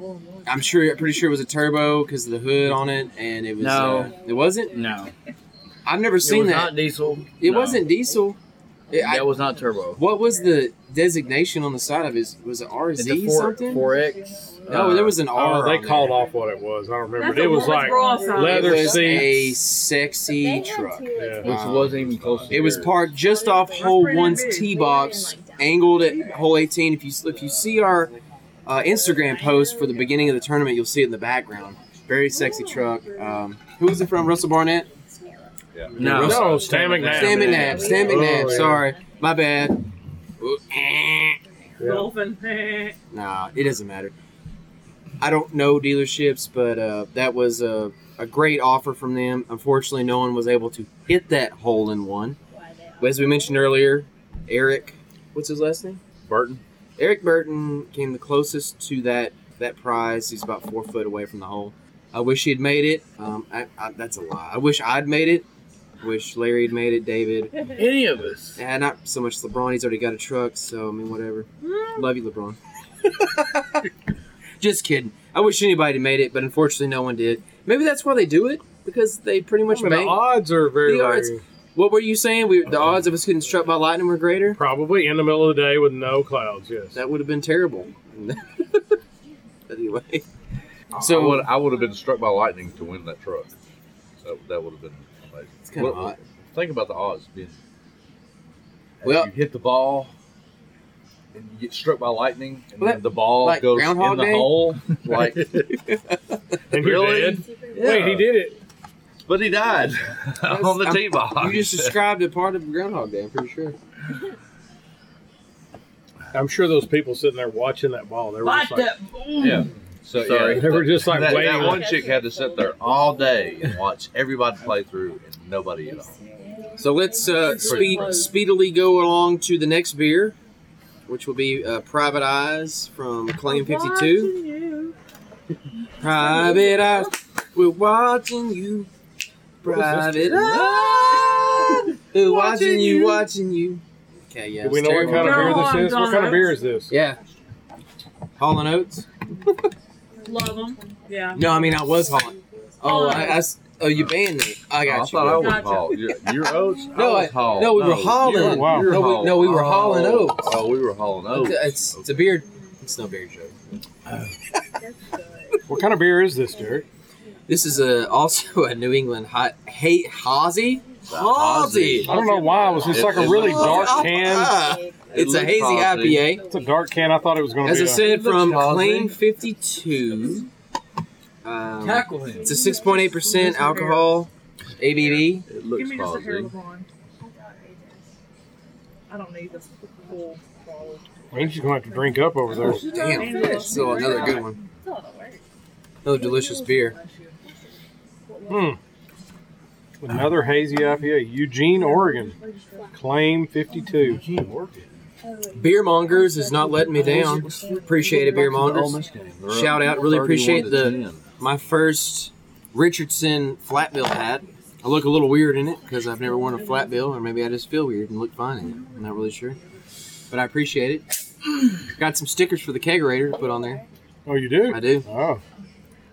[SPEAKER 2] I'm sure, I'm pretty sure it was a turbo because of the hood on it, and it was.
[SPEAKER 4] No.
[SPEAKER 2] uh, it wasn't.
[SPEAKER 4] No,
[SPEAKER 2] I've never
[SPEAKER 4] it
[SPEAKER 2] seen
[SPEAKER 4] was
[SPEAKER 2] that.
[SPEAKER 4] not diesel.
[SPEAKER 2] it
[SPEAKER 4] No.
[SPEAKER 2] wasn't diesel. It- I-
[SPEAKER 4] that was not turbo.
[SPEAKER 2] what was the designation on the side of it? Was it RZ
[SPEAKER 4] The
[SPEAKER 2] something?
[SPEAKER 4] four X.
[SPEAKER 2] no, there was an
[SPEAKER 1] Oh,
[SPEAKER 2] R.
[SPEAKER 1] they
[SPEAKER 2] on there.
[SPEAKER 1] called off what it was. I don't remember.
[SPEAKER 5] That's
[SPEAKER 1] But it
[SPEAKER 5] a
[SPEAKER 1] was
[SPEAKER 5] woman's
[SPEAKER 1] like
[SPEAKER 5] bra size.
[SPEAKER 1] leather
[SPEAKER 2] it was a
[SPEAKER 1] seats.
[SPEAKER 2] sexy truck.
[SPEAKER 1] Yeah.
[SPEAKER 4] uh, which wasn't even close. to
[SPEAKER 2] It was
[SPEAKER 4] yours.
[SPEAKER 2] parked just off
[SPEAKER 5] That's
[SPEAKER 2] hole
[SPEAKER 5] pretty
[SPEAKER 2] one's
[SPEAKER 5] big.
[SPEAKER 2] tee box, angled at hole 18. If you if you see our uh, Instagram post for the beginning of the tournament, you'll see it in the background. Very sexy truck. Um, who was it from? Russell Barnett.
[SPEAKER 4] No,
[SPEAKER 1] No, Oh, Stan McNabb.
[SPEAKER 2] Stan McNabb. Stan McNabb.
[SPEAKER 1] Oh, yeah.
[SPEAKER 2] Sorry, my bad. Ooh, eh.
[SPEAKER 1] Yeah.
[SPEAKER 5] Dolphin.
[SPEAKER 2] Nah, it doesn't matter. I don't know dealerships, but uh, that was a, a great offer from them. Unfortunately, no one was able to hit that hole in one. But as we mentioned earlier, Eric, what's his last name?
[SPEAKER 6] Burton.
[SPEAKER 2] Eric Burton came the closest to that that prize. He's about four foot away from the hole. I wish he had made it. Um, I, I, that's a lie. I wish I'd made it. I wish Larry had made it. David.
[SPEAKER 4] any of us.
[SPEAKER 2] Yeah, not so much LeBron. He's already got a truck, so I mean, whatever.
[SPEAKER 4] Hmm.
[SPEAKER 2] Love you, LeBron. Just kidding. I wish anybody made it, but unfortunately, no one did. Maybe that's why they do it because they pretty
[SPEAKER 1] I
[SPEAKER 2] much
[SPEAKER 1] mean, the
[SPEAKER 2] make.
[SPEAKER 1] odds are very
[SPEAKER 2] The
[SPEAKER 1] low.
[SPEAKER 2] odds- What were you saying? We, the odds of us getting struck by lightning were greater.
[SPEAKER 1] Probably in the middle of the day with no clouds, yes.
[SPEAKER 2] That would have been terrible. anyway,
[SPEAKER 6] So I
[SPEAKER 2] so
[SPEAKER 6] would, I would have been struck by lightning to win that truck. That, that would have been amazing.
[SPEAKER 2] it's kind of
[SPEAKER 6] What-
[SPEAKER 2] hot.
[SPEAKER 6] Think about the odds being.
[SPEAKER 2] Well-
[SPEAKER 6] you hit the ball, and you get struck by lightning, and
[SPEAKER 2] Well,
[SPEAKER 6] then the ball
[SPEAKER 2] like
[SPEAKER 6] goes in
[SPEAKER 2] Groundhog
[SPEAKER 6] the
[SPEAKER 2] Day?
[SPEAKER 6] hole. Like,
[SPEAKER 1] And you're
[SPEAKER 6] Really?
[SPEAKER 1] dead?
[SPEAKER 6] Yeah.
[SPEAKER 1] Wait, he did it.
[SPEAKER 6] but he died on the
[SPEAKER 2] I'm-
[SPEAKER 6] tee box.
[SPEAKER 2] You just described a part of Groundhog Day. I'm pretty sure.
[SPEAKER 1] I'm sure those people sitting there watching that ball, they were
[SPEAKER 3] Like
[SPEAKER 1] just like,
[SPEAKER 3] that. Ooh.
[SPEAKER 6] yeah. So
[SPEAKER 1] Sorry.
[SPEAKER 6] yeah,
[SPEAKER 1] They were just like
[SPEAKER 6] that,
[SPEAKER 1] waiting.
[SPEAKER 6] that one chick had to sit there all day and watch everybody play through, and nobody at all.
[SPEAKER 2] So let's uh, speed speedily go along to the next beer, which will be uh, Private Eyes from Claim 52.
[SPEAKER 5] Watching you.
[SPEAKER 2] Private Eyes, we're watching you.
[SPEAKER 1] What was this
[SPEAKER 2] Private
[SPEAKER 4] Ah.
[SPEAKER 2] Eyes, we're watching you, watching you. Okay, yeah.
[SPEAKER 1] Do we
[SPEAKER 2] it's
[SPEAKER 1] know what
[SPEAKER 2] terrible.
[SPEAKER 1] kind of
[SPEAKER 5] No,
[SPEAKER 1] beer
[SPEAKER 5] I'm
[SPEAKER 1] this is? What
[SPEAKER 5] done.
[SPEAKER 1] kind of beer is this?
[SPEAKER 2] Yeah. Hall and Oates?
[SPEAKER 5] Love them. Yeah.
[SPEAKER 2] No, I mean I was hauling. Oh, I, I s- oh, you banned me. I
[SPEAKER 6] Oh, I
[SPEAKER 2] got you.
[SPEAKER 6] thought I was
[SPEAKER 5] Gotcha.
[SPEAKER 6] hauled. You're, you're oats.
[SPEAKER 2] No,
[SPEAKER 6] I
[SPEAKER 2] I-
[SPEAKER 6] was hauled.
[SPEAKER 2] no, we were
[SPEAKER 6] you-
[SPEAKER 2] hauling.
[SPEAKER 1] Wow.
[SPEAKER 6] you're
[SPEAKER 2] No, we-
[SPEAKER 6] hauled.
[SPEAKER 2] no, we were hauling
[SPEAKER 6] Oh.
[SPEAKER 2] oats.
[SPEAKER 6] Oh, we were hauling oats.
[SPEAKER 2] it's, it's a beer. It's no beer joke.
[SPEAKER 1] What kind of beer is this, Derek?
[SPEAKER 2] This is a also a New England hot hate Hazy. Hazy.
[SPEAKER 6] Hazy.
[SPEAKER 1] I don't know why. It was just
[SPEAKER 6] It-
[SPEAKER 1] like a
[SPEAKER 6] it
[SPEAKER 1] really
[SPEAKER 6] looks
[SPEAKER 1] dark
[SPEAKER 2] like-
[SPEAKER 1] can.
[SPEAKER 2] It's a
[SPEAKER 6] looks
[SPEAKER 2] hazy
[SPEAKER 6] Hazy.
[SPEAKER 2] IPA.
[SPEAKER 1] It's a dark can. I thought it was going to
[SPEAKER 2] As
[SPEAKER 1] be.
[SPEAKER 2] I
[SPEAKER 1] a-
[SPEAKER 2] said, from
[SPEAKER 6] Hazy.
[SPEAKER 2] Claim um, 52. Um,
[SPEAKER 4] Tackle him.
[SPEAKER 2] it's a 6.8% alcohol ABV.
[SPEAKER 6] It
[SPEAKER 5] Give
[SPEAKER 6] looks
[SPEAKER 5] me just a hair,
[SPEAKER 6] hazy.
[SPEAKER 5] LeBron. I don't need this full bottle.
[SPEAKER 1] Amy's gonna have to drink up over there.
[SPEAKER 2] Damn, still another good one.
[SPEAKER 5] It's a lot of work.
[SPEAKER 2] Another delicious beer.
[SPEAKER 1] Hmm. Another hazy IPA, Eugene, Oregon. Claim 52.
[SPEAKER 2] Beer mongers is not letting me down. Appreciate it, beer mongers. Shout out, really appreciate the- My first Richardson flat bill hat. I look a little weird in it because I've never worn a flat bill, or maybe I just feel weird and look fine in it. I'm not really sure, but I appreciate it. Got some stickers for the kegerator to put on there.
[SPEAKER 1] Oh, you do?
[SPEAKER 2] I do.
[SPEAKER 1] Oh,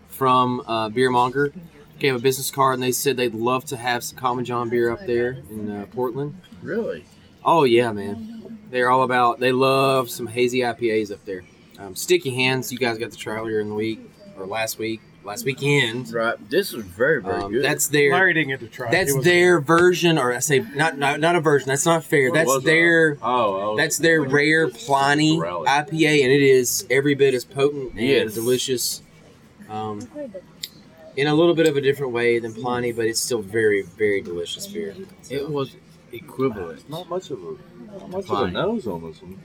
[SPEAKER 2] from uh, Beer Monger. Gave a business card and they said they'd love to have some Common John beer up there in uh, Portland.
[SPEAKER 4] Really?
[SPEAKER 2] Oh yeah, man, they're all about. They love some hazy IPAs up there. Um, Sticky Hands, you guys got to try earlier in the week or last week, last weekend.
[SPEAKER 4] Right. This is very, very
[SPEAKER 2] Um,
[SPEAKER 4] good.
[SPEAKER 2] that's their
[SPEAKER 1] Larry didn't get to try. it. He
[SPEAKER 2] that's
[SPEAKER 1] wasn't-
[SPEAKER 2] their version, or I say not not not a version. That's not fair.
[SPEAKER 6] What
[SPEAKER 2] That's
[SPEAKER 6] was
[SPEAKER 2] their
[SPEAKER 6] Oh,
[SPEAKER 2] that's their rare Pliny
[SPEAKER 6] Rally.
[SPEAKER 2] IPA, and it is every bit as potent and
[SPEAKER 4] Yes.
[SPEAKER 2] delicious. Um, in a little bit of a different way than Pliny, but it's still very, very delicious beer.
[SPEAKER 4] it was equivalent.
[SPEAKER 6] Not much of a not much of a
[SPEAKER 4] Fine.
[SPEAKER 6] nose on this one.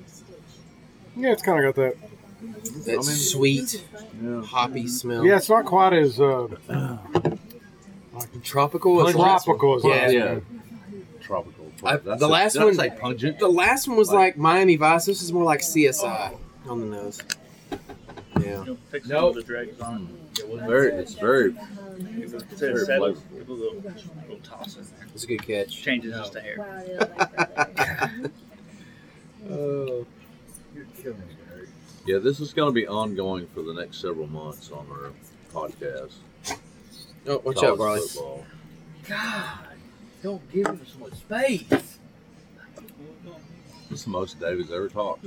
[SPEAKER 1] Yeah, it's kind of got that.
[SPEAKER 2] That sweet,
[SPEAKER 6] Yeah.
[SPEAKER 2] hoppy smell.
[SPEAKER 1] Yeah, it's not quite as uh,
[SPEAKER 2] tropical. as last one.
[SPEAKER 1] tropical as last
[SPEAKER 6] Yeah.
[SPEAKER 1] one.
[SPEAKER 6] Tropical.
[SPEAKER 2] I-
[SPEAKER 6] Did I
[SPEAKER 2] the
[SPEAKER 6] say-
[SPEAKER 2] last
[SPEAKER 6] did I
[SPEAKER 2] one-
[SPEAKER 6] say pungent.
[SPEAKER 2] The last one was like Miami Vice. This is more like CSI on the nose. Yeah.
[SPEAKER 3] You know, take some
[SPEAKER 4] Nope.
[SPEAKER 3] of the dregs on. It was
[SPEAKER 6] Very, it's very
[SPEAKER 3] It was it
[SPEAKER 6] Very
[SPEAKER 3] said settled.
[SPEAKER 6] flavorful.
[SPEAKER 3] It was a little, little toss in there.
[SPEAKER 2] It's a good catch.
[SPEAKER 3] Changes just a hair.
[SPEAKER 6] yeah. This is going to be ongoing for the next several months on our podcast.
[SPEAKER 2] Oh, watch
[SPEAKER 6] College
[SPEAKER 2] out, Barley.
[SPEAKER 6] football.
[SPEAKER 4] Don't give him so much space.
[SPEAKER 6] This is the most David's ever talked.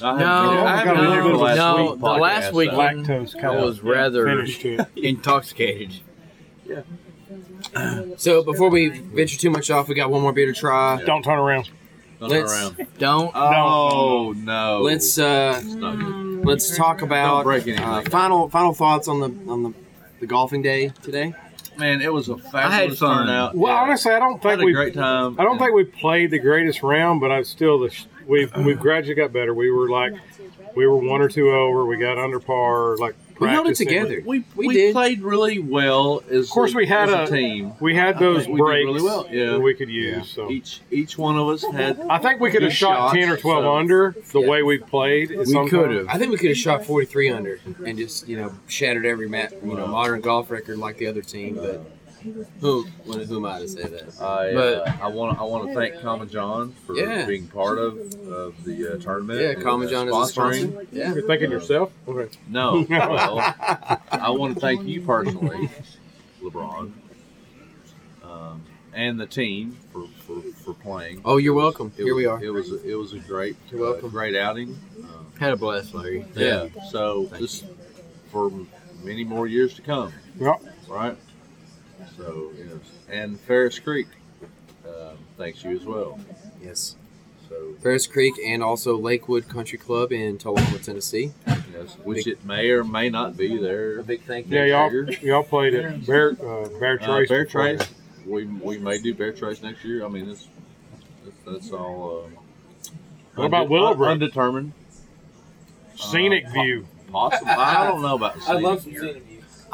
[SPEAKER 4] No,
[SPEAKER 6] I
[SPEAKER 1] I
[SPEAKER 4] I
[SPEAKER 1] got a
[SPEAKER 4] no,
[SPEAKER 1] little bit of
[SPEAKER 4] no,
[SPEAKER 1] sweet
[SPEAKER 4] the last week
[SPEAKER 6] podcast,
[SPEAKER 1] Lactose kind
[SPEAKER 4] I
[SPEAKER 1] of
[SPEAKER 4] was rather
[SPEAKER 1] finished it.
[SPEAKER 4] intoxicated.
[SPEAKER 2] So before we venture too much off, we got one more beer to try.
[SPEAKER 1] Don't turn around.
[SPEAKER 6] though. Turn
[SPEAKER 2] Let's-
[SPEAKER 6] around.
[SPEAKER 4] Don't.
[SPEAKER 6] Oh no!
[SPEAKER 2] Let's uh,
[SPEAKER 5] Um,
[SPEAKER 6] It's not good.
[SPEAKER 2] let's talk
[SPEAKER 6] Don't
[SPEAKER 2] about
[SPEAKER 6] break anything.
[SPEAKER 2] uh, final final thoughts on the on the, the golfing day today.
[SPEAKER 6] Man, it was a
[SPEAKER 4] I had
[SPEAKER 6] fabulous
[SPEAKER 4] fun.
[SPEAKER 6] turnout.
[SPEAKER 1] Well,
[SPEAKER 6] Yeah.
[SPEAKER 1] honestly, I don't think
[SPEAKER 6] had a
[SPEAKER 1] we.
[SPEAKER 6] great time.
[SPEAKER 1] I don't
[SPEAKER 6] and
[SPEAKER 1] think we played the greatest round, but I still the sh- we've
[SPEAKER 6] Uh.
[SPEAKER 1] we've gradually got better. We were like we were one or two over. We got under par. Like
[SPEAKER 2] We held it
[SPEAKER 1] practicing.
[SPEAKER 2] together.
[SPEAKER 6] we
[SPEAKER 2] We
[SPEAKER 6] we,
[SPEAKER 2] did.
[SPEAKER 6] played really well. As
[SPEAKER 1] Of course,
[SPEAKER 6] a-
[SPEAKER 1] we had a-
[SPEAKER 6] as team.
[SPEAKER 1] We had
[SPEAKER 6] I
[SPEAKER 1] those
[SPEAKER 6] think we did
[SPEAKER 1] breaks
[SPEAKER 6] really well, yeah.
[SPEAKER 1] that we could use. So
[SPEAKER 6] Each each one of us had.
[SPEAKER 1] I think we could have
[SPEAKER 6] Good
[SPEAKER 1] shot
[SPEAKER 6] shots,
[SPEAKER 1] ten or twelve
[SPEAKER 6] so-
[SPEAKER 1] under the
[SPEAKER 2] Yeah.
[SPEAKER 1] way we played.
[SPEAKER 4] We could have.
[SPEAKER 2] I think we could have shot 43 under and just you know shattered every mat, you know modern golf record like the other team. But who who who am I to say that?
[SPEAKER 6] I
[SPEAKER 2] But-
[SPEAKER 6] uh, I want I want to thank Common John for
[SPEAKER 2] Yeah.
[SPEAKER 6] being part of of the uh, tournament.
[SPEAKER 2] Yeah,
[SPEAKER 6] and,
[SPEAKER 2] Common
[SPEAKER 6] uh,
[SPEAKER 2] John is a sponsor. Yeah,
[SPEAKER 1] You're thinking yourself. Okay.
[SPEAKER 6] No, well, I want to thank you personally, LeBron, um, and the team for, for, for playing.
[SPEAKER 2] Oh, you're
[SPEAKER 6] It was-
[SPEAKER 2] welcome.
[SPEAKER 6] it
[SPEAKER 2] Here
[SPEAKER 6] was-
[SPEAKER 2] we are.
[SPEAKER 6] It was a- it was a great
[SPEAKER 2] You're
[SPEAKER 6] uh,
[SPEAKER 2] welcome.
[SPEAKER 6] great outing. Um,
[SPEAKER 4] Had a blast, Larry.
[SPEAKER 6] Yeah. So
[SPEAKER 4] Thank
[SPEAKER 6] just for many more years to come.
[SPEAKER 1] Yeah.
[SPEAKER 6] Right. So yes, and Ferris Creek, um, thanks you as well.
[SPEAKER 2] yes.
[SPEAKER 6] So
[SPEAKER 2] Ferris Creek and also Lakewood Country Club in Tullahoma, Tennessee.
[SPEAKER 6] yes, which it may or may not be there.
[SPEAKER 2] big thank
[SPEAKER 1] Yeah, y'all,
[SPEAKER 6] Tiger.
[SPEAKER 1] y'all played at Bear uh, Bear
[SPEAKER 6] Uh,
[SPEAKER 1] Trace.
[SPEAKER 6] Bear
[SPEAKER 1] before.
[SPEAKER 6] Trace. We we may do Bear Trace next year. I mean, it's that's, that's all. Uh,
[SPEAKER 1] What about Willowbrook?
[SPEAKER 6] Undetermined.
[SPEAKER 1] Scenic
[SPEAKER 6] Uh,
[SPEAKER 1] view.
[SPEAKER 6] Possible. I don't know about.
[SPEAKER 2] I love
[SPEAKER 6] scenic.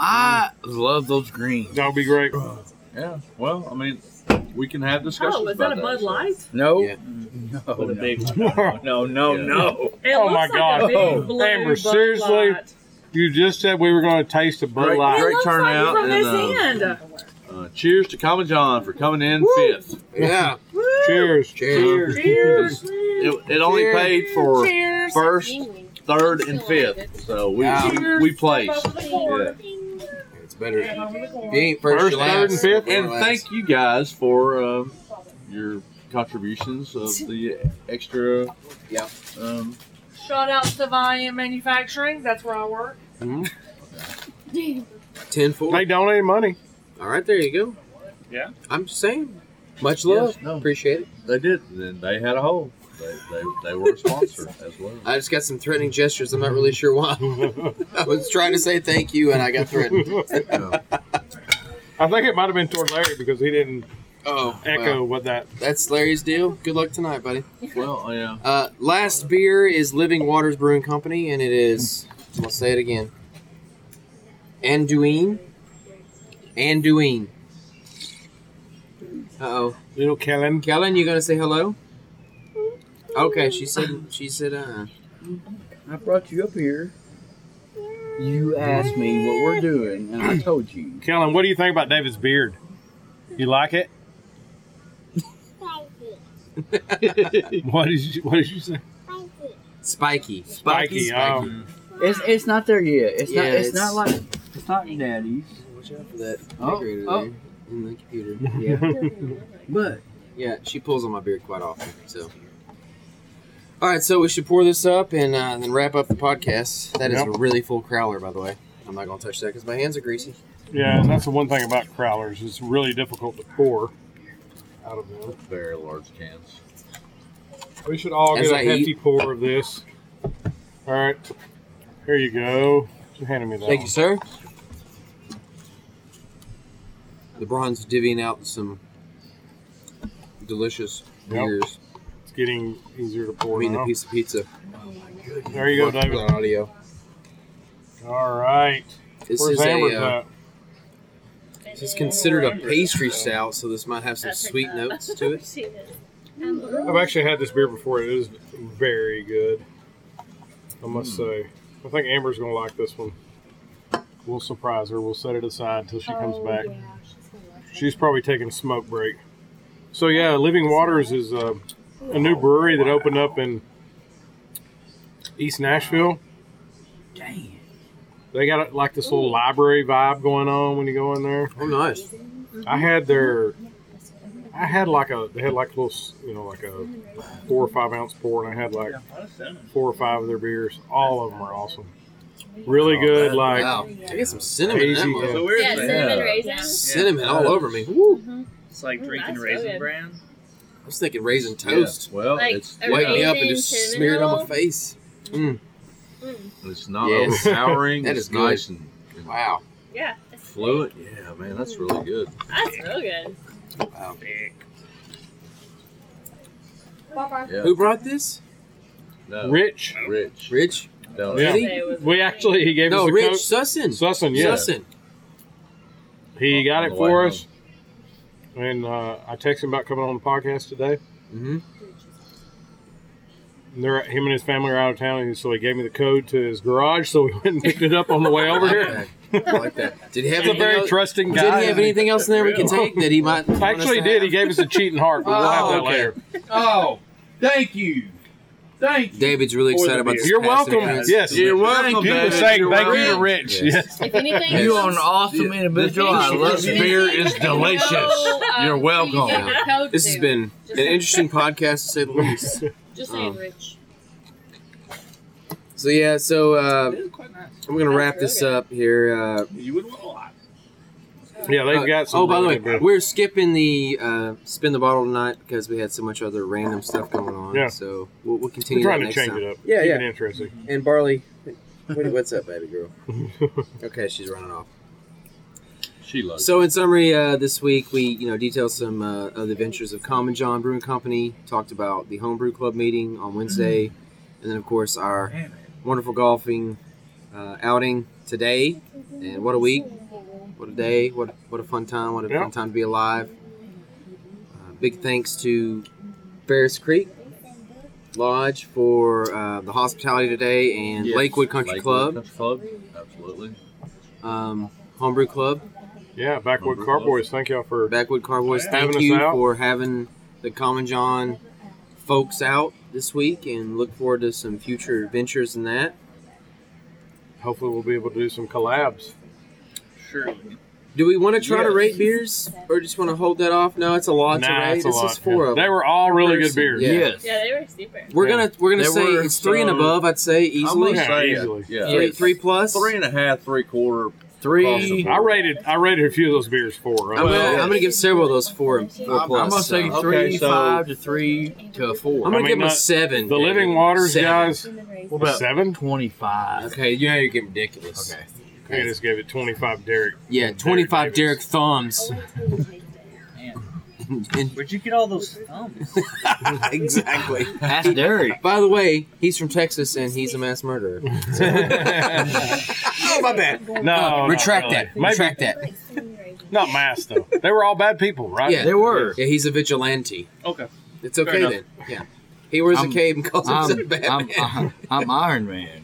[SPEAKER 4] I love those greens.
[SPEAKER 1] That would be great.
[SPEAKER 6] Yeah. Well, I mean, we can have discussions.
[SPEAKER 5] Oh, is
[SPEAKER 6] about
[SPEAKER 5] that a Bud
[SPEAKER 6] so.
[SPEAKER 5] Light?
[SPEAKER 4] No.
[SPEAKER 2] Yeah.
[SPEAKER 4] No.
[SPEAKER 3] The
[SPEAKER 4] no.
[SPEAKER 3] big one.
[SPEAKER 1] you
[SPEAKER 3] No, no,
[SPEAKER 6] Yeah.
[SPEAKER 3] no.
[SPEAKER 5] It
[SPEAKER 1] Oh, my
[SPEAKER 5] looks like a
[SPEAKER 1] God.
[SPEAKER 5] big
[SPEAKER 1] Oh.
[SPEAKER 5] blue
[SPEAKER 1] Amber,
[SPEAKER 5] Bud
[SPEAKER 1] seriously?
[SPEAKER 5] Light.
[SPEAKER 1] just said we were going to taste a Bud
[SPEAKER 6] Great-
[SPEAKER 5] It
[SPEAKER 1] Light.
[SPEAKER 5] looks
[SPEAKER 6] turnout
[SPEAKER 5] Like from
[SPEAKER 6] and,
[SPEAKER 5] this end.
[SPEAKER 6] Uh, cheers to Common John for coming in fifth.
[SPEAKER 2] Yeah.
[SPEAKER 1] Cheers.
[SPEAKER 2] Cheers.
[SPEAKER 5] Cheers.
[SPEAKER 6] It, it only
[SPEAKER 2] Cheers.
[SPEAKER 6] paid for first,
[SPEAKER 7] Ding.
[SPEAKER 6] third, and fifth. So we
[SPEAKER 2] Yeah.
[SPEAKER 6] we placed.
[SPEAKER 5] Yeah.
[SPEAKER 2] It's better. If you ain't first,
[SPEAKER 1] First,
[SPEAKER 2] you're last.
[SPEAKER 1] third, and fifth.
[SPEAKER 6] And thank you guys for um, your contributions of the extra.
[SPEAKER 2] Yeah.
[SPEAKER 6] Um,
[SPEAKER 5] Shout out to Valiant Manufacturing. That's where I work.
[SPEAKER 2] Ten four.
[SPEAKER 1] They donated money.
[SPEAKER 2] All right, there you go.
[SPEAKER 3] Yeah.
[SPEAKER 2] I'm just saying. Much love.
[SPEAKER 6] Yes, no.
[SPEAKER 2] Appreciate it.
[SPEAKER 6] They did. Then they had a hole. They, they, they were a sponsor as well.
[SPEAKER 2] I just got some threatening gestures. I'm not really sure why.
[SPEAKER 1] I
[SPEAKER 2] I was trying to say thank you, and I got threatened.
[SPEAKER 1] think it might have been toward Larry because he didn't
[SPEAKER 2] Oh,
[SPEAKER 1] Echo what that
[SPEAKER 2] That's Larry's deal. Good luck tonight, buddy.
[SPEAKER 6] Well, yeah.
[SPEAKER 2] Uh, last beer is Living Waters Brewing Company, and it is. I'm gonna say it again. Anduin. Anduin. Uh oh,
[SPEAKER 1] little Kellen.
[SPEAKER 2] Kellen, you gonna say hello? Okay, she said. She said. Uh.
[SPEAKER 4] I brought you up here. You asked me what we're doing, and I told you.
[SPEAKER 1] Kellen, what do you think about David's beard? You like it? What did you What did you say?
[SPEAKER 2] Spiky.
[SPEAKER 1] Spiky. oh.
[SPEAKER 4] It's it's not there yet. It's not.
[SPEAKER 2] Yeah,
[SPEAKER 4] It's,
[SPEAKER 2] it's-
[SPEAKER 4] not like it's not daddy's.
[SPEAKER 2] Watch out for that
[SPEAKER 4] Oh,
[SPEAKER 2] vibrator
[SPEAKER 4] oh.
[SPEAKER 2] there in the computer.
[SPEAKER 4] Yeah, but
[SPEAKER 2] Yeah, she pulls on my beard quite often. So. All right, so we should pour this up and uh, then wrap up the podcast. That is
[SPEAKER 1] Yep.
[SPEAKER 2] a really full crowler, by the way. I'm not gonna touch that because my hands are greasy.
[SPEAKER 1] yeah, and that's the one thing about crowlers. It's really difficult to pour out of them.
[SPEAKER 6] Very large cans.
[SPEAKER 1] We should all
[SPEAKER 2] As
[SPEAKER 1] get a
[SPEAKER 2] I
[SPEAKER 1] hefty pour of this. All right, here you go. She handed me that.
[SPEAKER 2] Thank
[SPEAKER 1] one.
[SPEAKER 2] you, sir. LeBron's divvying out some delicious
[SPEAKER 1] Yep.
[SPEAKER 2] beers.
[SPEAKER 1] It's getting easier to
[SPEAKER 2] I
[SPEAKER 1] pour
[SPEAKER 2] mean, the
[SPEAKER 1] now.
[SPEAKER 2] piece of pizza.
[SPEAKER 1] There you go,
[SPEAKER 2] Working
[SPEAKER 1] David.
[SPEAKER 2] on Audio.
[SPEAKER 1] All right.
[SPEAKER 2] This
[SPEAKER 1] Where's
[SPEAKER 2] is
[SPEAKER 1] Amber's
[SPEAKER 2] a. Uh,
[SPEAKER 1] at?
[SPEAKER 2] this is considered a pastry stout, so this might have some sweet notes to it.
[SPEAKER 1] I've actually had this beer before. It is very good. I must say. I think Amber's going to like this one. We'll surprise her. We'll set it aside until she
[SPEAKER 7] Oh,
[SPEAKER 1] comes back. She's probably taking a smoke break. So yeah, Living Waters is uh, a new brewery that opened up in East Nashville.
[SPEAKER 4] dang,
[SPEAKER 1] They got like this little library vibe going on when you go in there.
[SPEAKER 2] Oh, nice.
[SPEAKER 1] I had their, I had like a, they had like little, s- you know, like a
[SPEAKER 7] Mm-hmm.
[SPEAKER 1] four or five ounce pour, and I had like
[SPEAKER 3] Yeah, a lot of cinnamon.
[SPEAKER 1] four or five of their beers. All of them are awesome. Really good, like
[SPEAKER 2] Oh, wow. I get some cinnamon in that
[SPEAKER 1] Easy,
[SPEAKER 2] mother-
[SPEAKER 3] So weird.
[SPEAKER 7] Yeah,
[SPEAKER 3] thing.
[SPEAKER 7] cinnamon
[SPEAKER 6] Yeah.
[SPEAKER 7] raisins.
[SPEAKER 2] Cinnamon all over me.
[SPEAKER 3] It's like
[SPEAKER 7] Mm,
[SPEAKER 3] drinking
[SPEAKER 7] that's
[SPEAKER 3] raisin
[SPEAKER 7] good.
[SPEAKER 3] bran.
[SPEAKER 2] I was thinking raisin toast.
[SPEAKER 6] Yeah. Well,
[SPEAKER 7] Like,
[SPEAKER 6] it's
[SPEAKER 7] a
[SPEAKER 2] Wake
[SPEAKER 6] yeah,
[SPEAKER 2] me up and
[SPEAKER 7] Raisin
[SPEAKER 2] just smear it on my
[SPEAKER 7] cinnamon roll?
[SPEAKER 2] face.
[SPEAKER 7] Mm-hmm.
[SPEAKER 6] it's not
[SPEAKER 2] Yes.
[SPEAKER 6] overpowering.
[SPEAKER 2] That
[SPEAKER 6] it's
[SPEAKER 2] is good.
[SPEAKER 6] nice and, and
[SPEAKER 2] Wow.
[SPEAKER 7] Yeah,
[SPEAKER 6] fluent. Yeah, man, that's really good.
[SPEAKER 7] that's real good.
[SPEAKER 2] wow.
[SPEAKER 3] Thick.
[SPEAKER 6] Yeah.
[SPEAKER 2] Who brought this?
[SPEAKER 6] No,
[SPEAKER 1] rich.
[SPEAKER 6] Rich.
[SPEAKER 2] Rich?
[SPEAKER 6] No,
[SPEAKER 1] Yeah.
[SPEAKER 2] Really?
[SPEAKER 7] It was
[SPEAKER 1] We
[SPEAKER 7] amazing.
[SPEAKER 1] actually he gave
[SPEAKER 2] No,
[SPEAKER 1] us a
[SPEAKER 2] Rich
[SPEAKER 1] Rich.
[SPEAKER 2] Sussin.
[SPEAKER 1] Sussin, yeah,
[SPEAKER 2] Sussin. Oh,
[SPEAKER 1] he got
[SPEAKER 6] On
[SPEAKER 1] it
[SPEAKER 6] the
[SPEAKER 1] for
[SPEAKER 6] way
[SPEAKER 1] us. And uh, I texted him about coming on the podcast today.
[SPEAKER 2] hmm
[SPEAKER 1] And They're him and his family are out of town, and so he gave me the code to his garage. So we went and picked it up on the way over here.
[SPEAKER 2] I like that. Did he have
[SPEAKER 1] He's a
[SPEAKER 2] anything
[SPEAKER 1] very
[SPEAKER 2] else?
[SPEAKER 1] trusting
[SPEAKER 2] Did
[SPEAKER 1] guy.
[SPEAKER 2] he have anything else in there we can take that he might? want us
[SPEAKER 1] Actually,
[SPEAKER 2] to
[SPEAKER 1] did he
[SPEAKER 2] have?
[SPEAKER 1] gave us a cheating heart? But we'll have
[SPEAKER 2] Oh,
[SPEAKER 1] that
[SPEAKER 2] okay.
[SPEAKER 1] later.
[SPEAKER 4] Oh, thank you, thank you.
[SPEAKER 2] David's really
[SPEAKER 3] For the
[SPEAKER 2] excited about
[SPEAKER 3] beer.
[SPEAKER 2] this.
[SPEAKER 1] You're
[SPEAKER 2] past
[SPEAKER 1] welcome.
[SPEAKER 2] appearance.
[SPEAKER 1] Yes,
[SPEAKER 6] You're welcome,
[SPEAKER 1] You were
[SPEAKER 6] David.
[SPEAKER 1] saying
[SPEAKER 6] You're
[SPEAKER 1] thank you to
[SPEAKER 6] welcome.
[SPEAKER 1] Rich.
[SPEAKER 2] Yes.
[SPEAKER 1] Yes.
[SPEAKER 7] If anything,
[SPEAKER 2] Yes.
[SPEAKER 7] you
[SPEAKER 4] You
[SPEAKER 7] know-
[SPEAKER 4] are an awesome
[SPEAKER 6] The-
[SPEAKER 4] individual. I love
[SPEAKER 7] If
[SPEAKER 4] you.
[SPEAKER 7] anything,
[SPEAKER 6] beer is
[SPEAKER 7] you
[SPEAKER 6] delicious.
[SPEAKER 7] know, uh,
[SPEAKER 6] You're
[SPEAKER 7] who you
[SPEAKER 6] welcome.
[SPEAKER 7] give the code
[SPEAKER 2] This has
[SPEAKER 7] to.
[SPEAKER 2] been
[SPEAKER 7] Just
[SPEAKER 2] an interesting podcast to say the least.
[SPEAKER 7] Just saying,
[SPEAKER 2] um,
[SPEAKER 7] Rich.
[SPEAKER 2] So yeah, so uh,
[SPEAKER 3] It is quite nice.
[SPEAKER 2] I'm gonna wrap this up here. Uh,
[SPEAKER 3] You would want a lot.
[SPEAKER 1] Yeah, they've got some.
[SPEAKER 2] oh, by the
[SPEAKER 1] really
[SPEAKER 2] way,
[SPEAKER 1] good beer.
[SPEAKER 2] we're skipping the uh, spin the bottle tonight because we had so much other random stuff going on.
[SPEAKER 1] Yeah.
[SPEAKER 2] So we'll, we'll
[SPEAKER 1] we're
[SPEAKER 2] continue.
[SPEAKER 1] trying
[SPEAKER 2] that
[SPEAKER 1] to
[SPEAKER 2] next
[SPEAKER 1] change
[SPEAKER 2] time.
[SPEAKER 1] it up.
[SPEAKER 2] Yeah,
[SPEAKER 1] Keep
[SPEAKER 2] yeah.
[SPEAKER 1] it interesting.
[SPEAKER 2] And Barley, what, what's up, baby girl? Okay, she's running off.
[SPEAKER 6] She loves
[SPEAKER 2] So in summary, uh, this week we you know detailed some uh, of the adventures of Common John Brewing Company. Talked about the homebrew club meeting on Wednesday, and then of course our wonderful golfing uh, outing today. And what a week! What a day! What what a fun time! What a
[SPEAKER 1] Yeah.
[SPEAKER 2] fun time to be alive! Uh, big thanks to Ferris Creek Lodge for uh, the hospitality today, and
[SPEAKER 6] Yes.
[SPEAKER 2] Lakewood Country Club,
[SPEAKER 6] Lakewood Country Club, absolutely.
[SPEAKER 2] um, homebrew club.
[SPEAKER 1] Yeah, Backwood
[SPEAKER 6] Number
[SPEAKER 1] Carboys. Thank y'all for
[SPEAKER 2] Backwood Carboys,
[SPEAKER 1] Yeah.
[SPEAKER 2] thank
[SPEAKER 1] Having us
[SPEAKER 2] you
[SPEAKER 1] out.
[SPEAKER 2] for having the Common John folks out this week and look forward to some future adventures in that.
[SPEAKER 1] Hopefully, we'll be able to do some collabs.
[SPEAKER 3] Surely.
[SPEAKER 2] Do we want to try to
[SPEAKER 6] Yes.
[SPEAKER 2] rate beers or just want to hold that off? No, it's a lot to
[SPEAKER 1] Nah,
[SPEAKER 2] rate.
[SPEAKER 1] it's a
[SPEAKER 2] This
[SPEAKER 1] lot.
[SPEAKER 2] is four
[SPEAKER 1] yeah.
[SPEAKER 2] of
[SPEAKER 1] They
[SPEAKER 2] them.
[SPEAKER 1] were all really
[SPEAKER 2] Person,
[SPEAKER 1] good beers.
[SPEAKER 2] yeah.
[SPEAKER 4] Yes.
[SPEAKER 7] Yeah, they were super.
[SPEAKER 2] We're
[SPEAKER 1] Yeah.
[SPEAKER 2] gonna we're gonna
[SPEAKER 6] They
[SPEAKER 2] say
[SPEAKER 6] were
[SPEAKER 2] it's three and
[SPEAKER 6] so-
[SPEAKER 2] above. I'd say easily
[SPEAKER 1] gonna
[SPEAKER 6] I'm
[SPEAKER 1] say-
[SPEAKER 6] going
[SPEAKER 1] Easily.
[SPEAKER 6] Yeah.
[SPEAKER 2] three, three plus.
[SPEAKER 6] Three and a half, three quarter. across the
[SPEAKER 4] Three.
[SPEAKER 6] board.
[SPEAKER 1] I rated I rated a few of those beers uh, four. Right?
[SPEAKER 2] I'm, gonna,
[SPEAKER 6] Well-
[SPEAKER 2] I'm gonna give several of those four and four
[SPEAKER 4] I'm
[SPEAKER 2] plus.
[SPEAKER 4] gonna say
[SPEAKER 2] so.
[SPEAKER 6] Okay,
[SPEAKER 4] three,
[SPEAKER 6] so-
[SPEAKER 4] five to three to a four.
[SPEAKER 2] I'm gonna
[SPEAKER 1] I mean,
[SPEAKER 2] give them a
[SPEAKER 1] not-
[SPEAKER 2] seven.
[SPEAKER 1] the
[SPEAKER 2] David.
[SPEAKER 1] Living Waters
[SPEAKER 2] Seven.
[SPEAKER 1] guys,
[SPEAKER 4] What
[SPEAKER 1] a
[SPEAKER 4] about
[SPEAKER 1] seven.
[SPEAKER 4] twenty-five?
[SPEAKER 2] Okay, you know you're getting ridiculous.
[SPEAKER 4] Okay.
[SPEAKER 1] I just gave it twenty five. Derek.
[SPEAKER 2] Yeah, twenty five Derek thumbs.
[SPEAKER 3] Where'd you get all those thumbs?
[SPEAKER 2] exactly.
[SPEAKER 4] That's Derek.
[SPEAKER 2] By the way, he's from Texas and he's a mass murderer. oh, my bad.
[SPEAKER 1] No, not
[SPEAKER 2] retract
[SPEAKER 1] really.
[SPEAKER 2] that.
[SPEAKER 1] Maybe
[SPEAKER 2] Retract that.
[SPEAKER 1] not mass though. They were all bad people, right?
[SPEAKER 2] Yeah.
[SPEAKER 4] They were.
[SPEAKER 2] Yeah, he's a vigilante.
[SPEAKER 3] Okay.
[SPEAKER 2] It's
[SPEAKER 3] Fair
[SPEAKER 2] okay
[SPEAKER 3] enough.
[SPEAKER 2] then. Yeah. He wears
[SPEAKER 4] I'm-
[SPEAKER 2] a cape and calls himself
[SPEAKER 4] I'm, I'm,
[SPEAKER 2] Batman.
[SPEAKER 4] I'm, I'm Iron Man.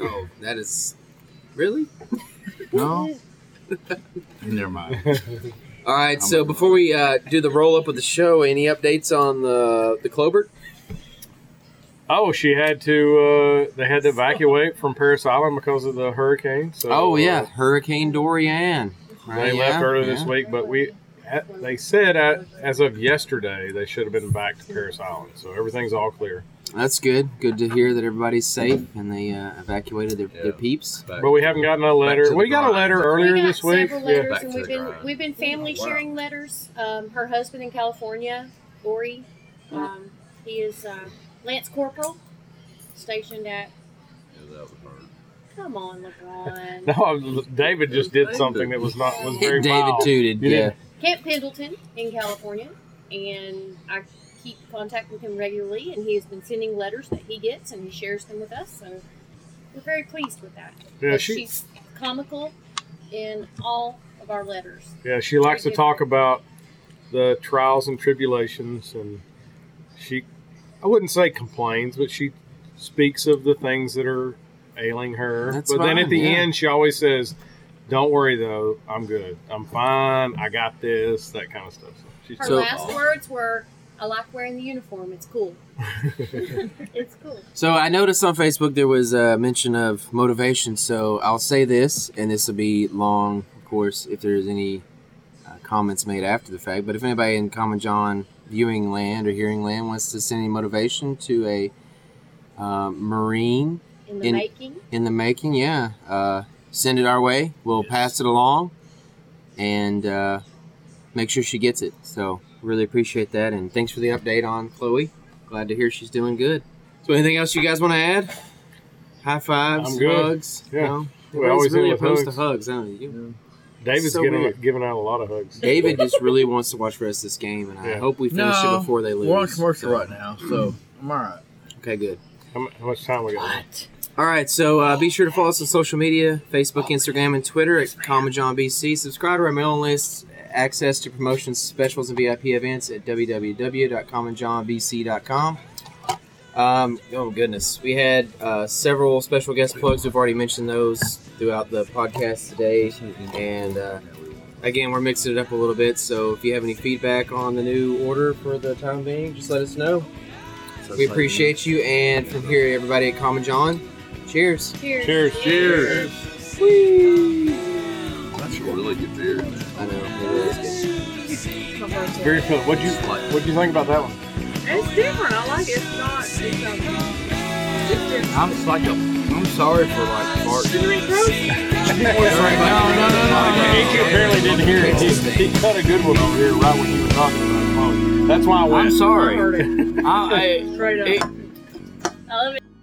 [SPEAKER 2] oh, that is really.
[SPEAKER 4] No? Never mind.
[SPEAKER 2] All right,
[SPEAKER 4] I'm
[SPEAKER 2] so
[SPEAKER 4] a-
[SPEAKER 2] before we uh, do the roll up of the show, any updates on the the Clobert?
[SPEAKER 1] Oh, she had to. Uh, they had to evacuate from Paris Island because of the hurricane. So
[SPEAKER 2] oh yeah,
[SPEAKER 1] uh,
[SPEAKER 2] Hurricane Dorian.
[SPEAKER 1] they left earlier this week, but we. at- They said at, as of yesterday they should have been back to Paris Island, so everything's all clear.
[SPEAKER 2] That's good. Good to hear that everybody's safe and they uh, evacuated their,
[SPEAKER 6] Yeah.
[SPEAKER 2] their peeps.
[SPEAKER 6] Back-
[SPEAKER 1] But we haven't gotten a
[SPEAKER 6] Back
[SPEAKER 1] letter.
[SPEAKER 6] to
[SPEAKER 1] We
[SPEAKER 6] the
[SPEAKER 1] got a
[SPEAKER 6] grind.
[SPEAKER 1] letter earlier
[SPEAKER 7] we got
[SPEAKER 1] this week.
[SPEAKER 7] Several
[SPEAKER 1] Yeah.
[SPEAKER 7] letters,
[SPEAKER 6] Back
[SPEAKER 7] and
[SPEAKER 6] to
[SPEAKER 7] we've
[SPEAKER 6] the
[SPEAKER 7] been
[SPEAKER 6] grind. Oh,
[SPEAKER 7] we've been family
[SPEAKER 6] Wow.
[SPEAKER 7] sharing letters. Um, her husband in California, Lori,
[SPEAKER 6] Hmm.
[SPEAKER 7] um, he is uh, Lance Corporal, stationed at.
[SPEAKER 6] Yeah, that would hurt.
[SPEAKER 7] Come on, LeBron.
[SPEAKER 1] No, I was- David just did something that was not was very
[SPEAKER 2] David
[SPEAKER 1] mild.
[SPEAKER 2] tooted.
[SPEAKER 1] You
[SPEAKER 2] Yeah.
[SPEAKER 1] didn't-
[SPEAKER 7] Camp Pendleton in California, and I keep contact with him regularly, and he has been sending letters that he gets, and he shares them with us. So we're very pleased with that.
[SPEAKER 1] Yeah,
[SPEAKER 7] But
[SPEAKER 1] she
[SPEAKER 7] she's comical in all of our letters.
[SPEAKER 1] yeah she likes to talk about the trials and tribulations, and she I wouldn't say complains, but she speaks of the things that are ailing her.
[SPEAKER 2] That's
[SPEAKER 1] but then at
[SPEAKER 2] fine,
[SPEAKER 1] the
[SPEAKER 2] yeah.
[SPEAKER 1] end, she always says, "Don't worry though, I'm good. I'm fine. I got this." That kind of stuff. So she's
[SPEAKER 7] Her
[SPEAKER 2] So-
[SPEAKER 7] last words were, "I like wearing the uniform. It's cool. it's cool."
[SPEAKER 2] So I noticed on Facebook there was a mention of motivation. So I'll say this, and this will be long, of course, if there's any uh, comments made after the fact. But if anybody in Common John viewing land or hearing land wants to send any motivation to a uh, Marine
[SPEAKER 7] In the
[SPEAKER 2] In-
[SPEAKER 7] making,
[SPEAKER 2] in the making, yeah, uh, send it our way. We'll pass it along and uh, make sure she gets it. So really appreciate that, and thanks for the update on Chloe. Glad to hear she's doing good. So anything else you guys want to add? High fives,
[SPEAKER 1] I'm good.
[SPEAKER 2] hugs.
[SPEAKER 1] Yeah.
[SPEAKER 2] no?
[SPEAKER 1] We
[SPEAKER 2] Everybody's
[SPEAKER 1] always
[SPEAKER 2] really
[SPEAKER 1] end with
[SPEAKER 2] opposed
[SPEAKER 1] hugs.
[SPEAKER 2] to hugs. aren't they? You-
[SPEAKER 1] David's
[SPEAKER 2] so
[SPEAKER 1] giving,
[SPEAKER 2] weird.
[SPEAKER 1] giving out a lot of hugs.
[SPEAKER 2] David just really wants to watch the rest of this game, and I
[SPEAKER 1] Yeah.
[SPEAKER 2] hope we finish
[SPEAKER 4] No,
[SPEAKER 2] it before they lose.
[SPEAKER 4] We're on commercial
[SPEAKER 2] So-
[SPEAKER 4] right now, so I'm alright.
[SPEAKER 2] Okay, good.
[SPEAKER 1] How mu- how much time we got?
[SPEAKER 2] All right, so uh, be sure to follow us on social media Facebook, Instagram, and Twitter at Common John BC. Subscribe to our mailing list, access to promotions, specials, and VIP events at www.commonjohnbc.com. Um, oh, goodness. We had uh, several special guest plugs. We've already mentioned those throughout the podcast today. And uh, again, we're mixing it up a little bit. So if you have any feedback on the new order for the time being, just let us know. We appreciate you. And from here, everybody at Common John, cheers.
[SPEAKER 7] cheers.
[SPEAKER 1] Cheers. Cheers.
[SPEAKER 6] That's a really good beer.
[SPEAKER 2] I know. It really is good.
[SPEAKER 1] Very cool. What'd you What'd you think about that one?
[SPEAKER 5] It's different. I like it. It's not. It's, um, it's different.
[SPEAKER 4] I'm just like a, I'm sorry for like farting.
[SPEAKER 5] You ain't gross.
[SPEAKER 1] He apparently didn't hear it. He, he cut a good one over here right when you were talking about it. That's why I went.
[SPEAKER 4] I'm
[SPEAKER 5] I heard
[SPEAKER 4] sorry.
[SPEAKER 5] it
[SPEAKER 4] I, I,
[SPEAKER 5] straight up.
[SPEAKER 4] it-
[SPEAKER 7] I love it.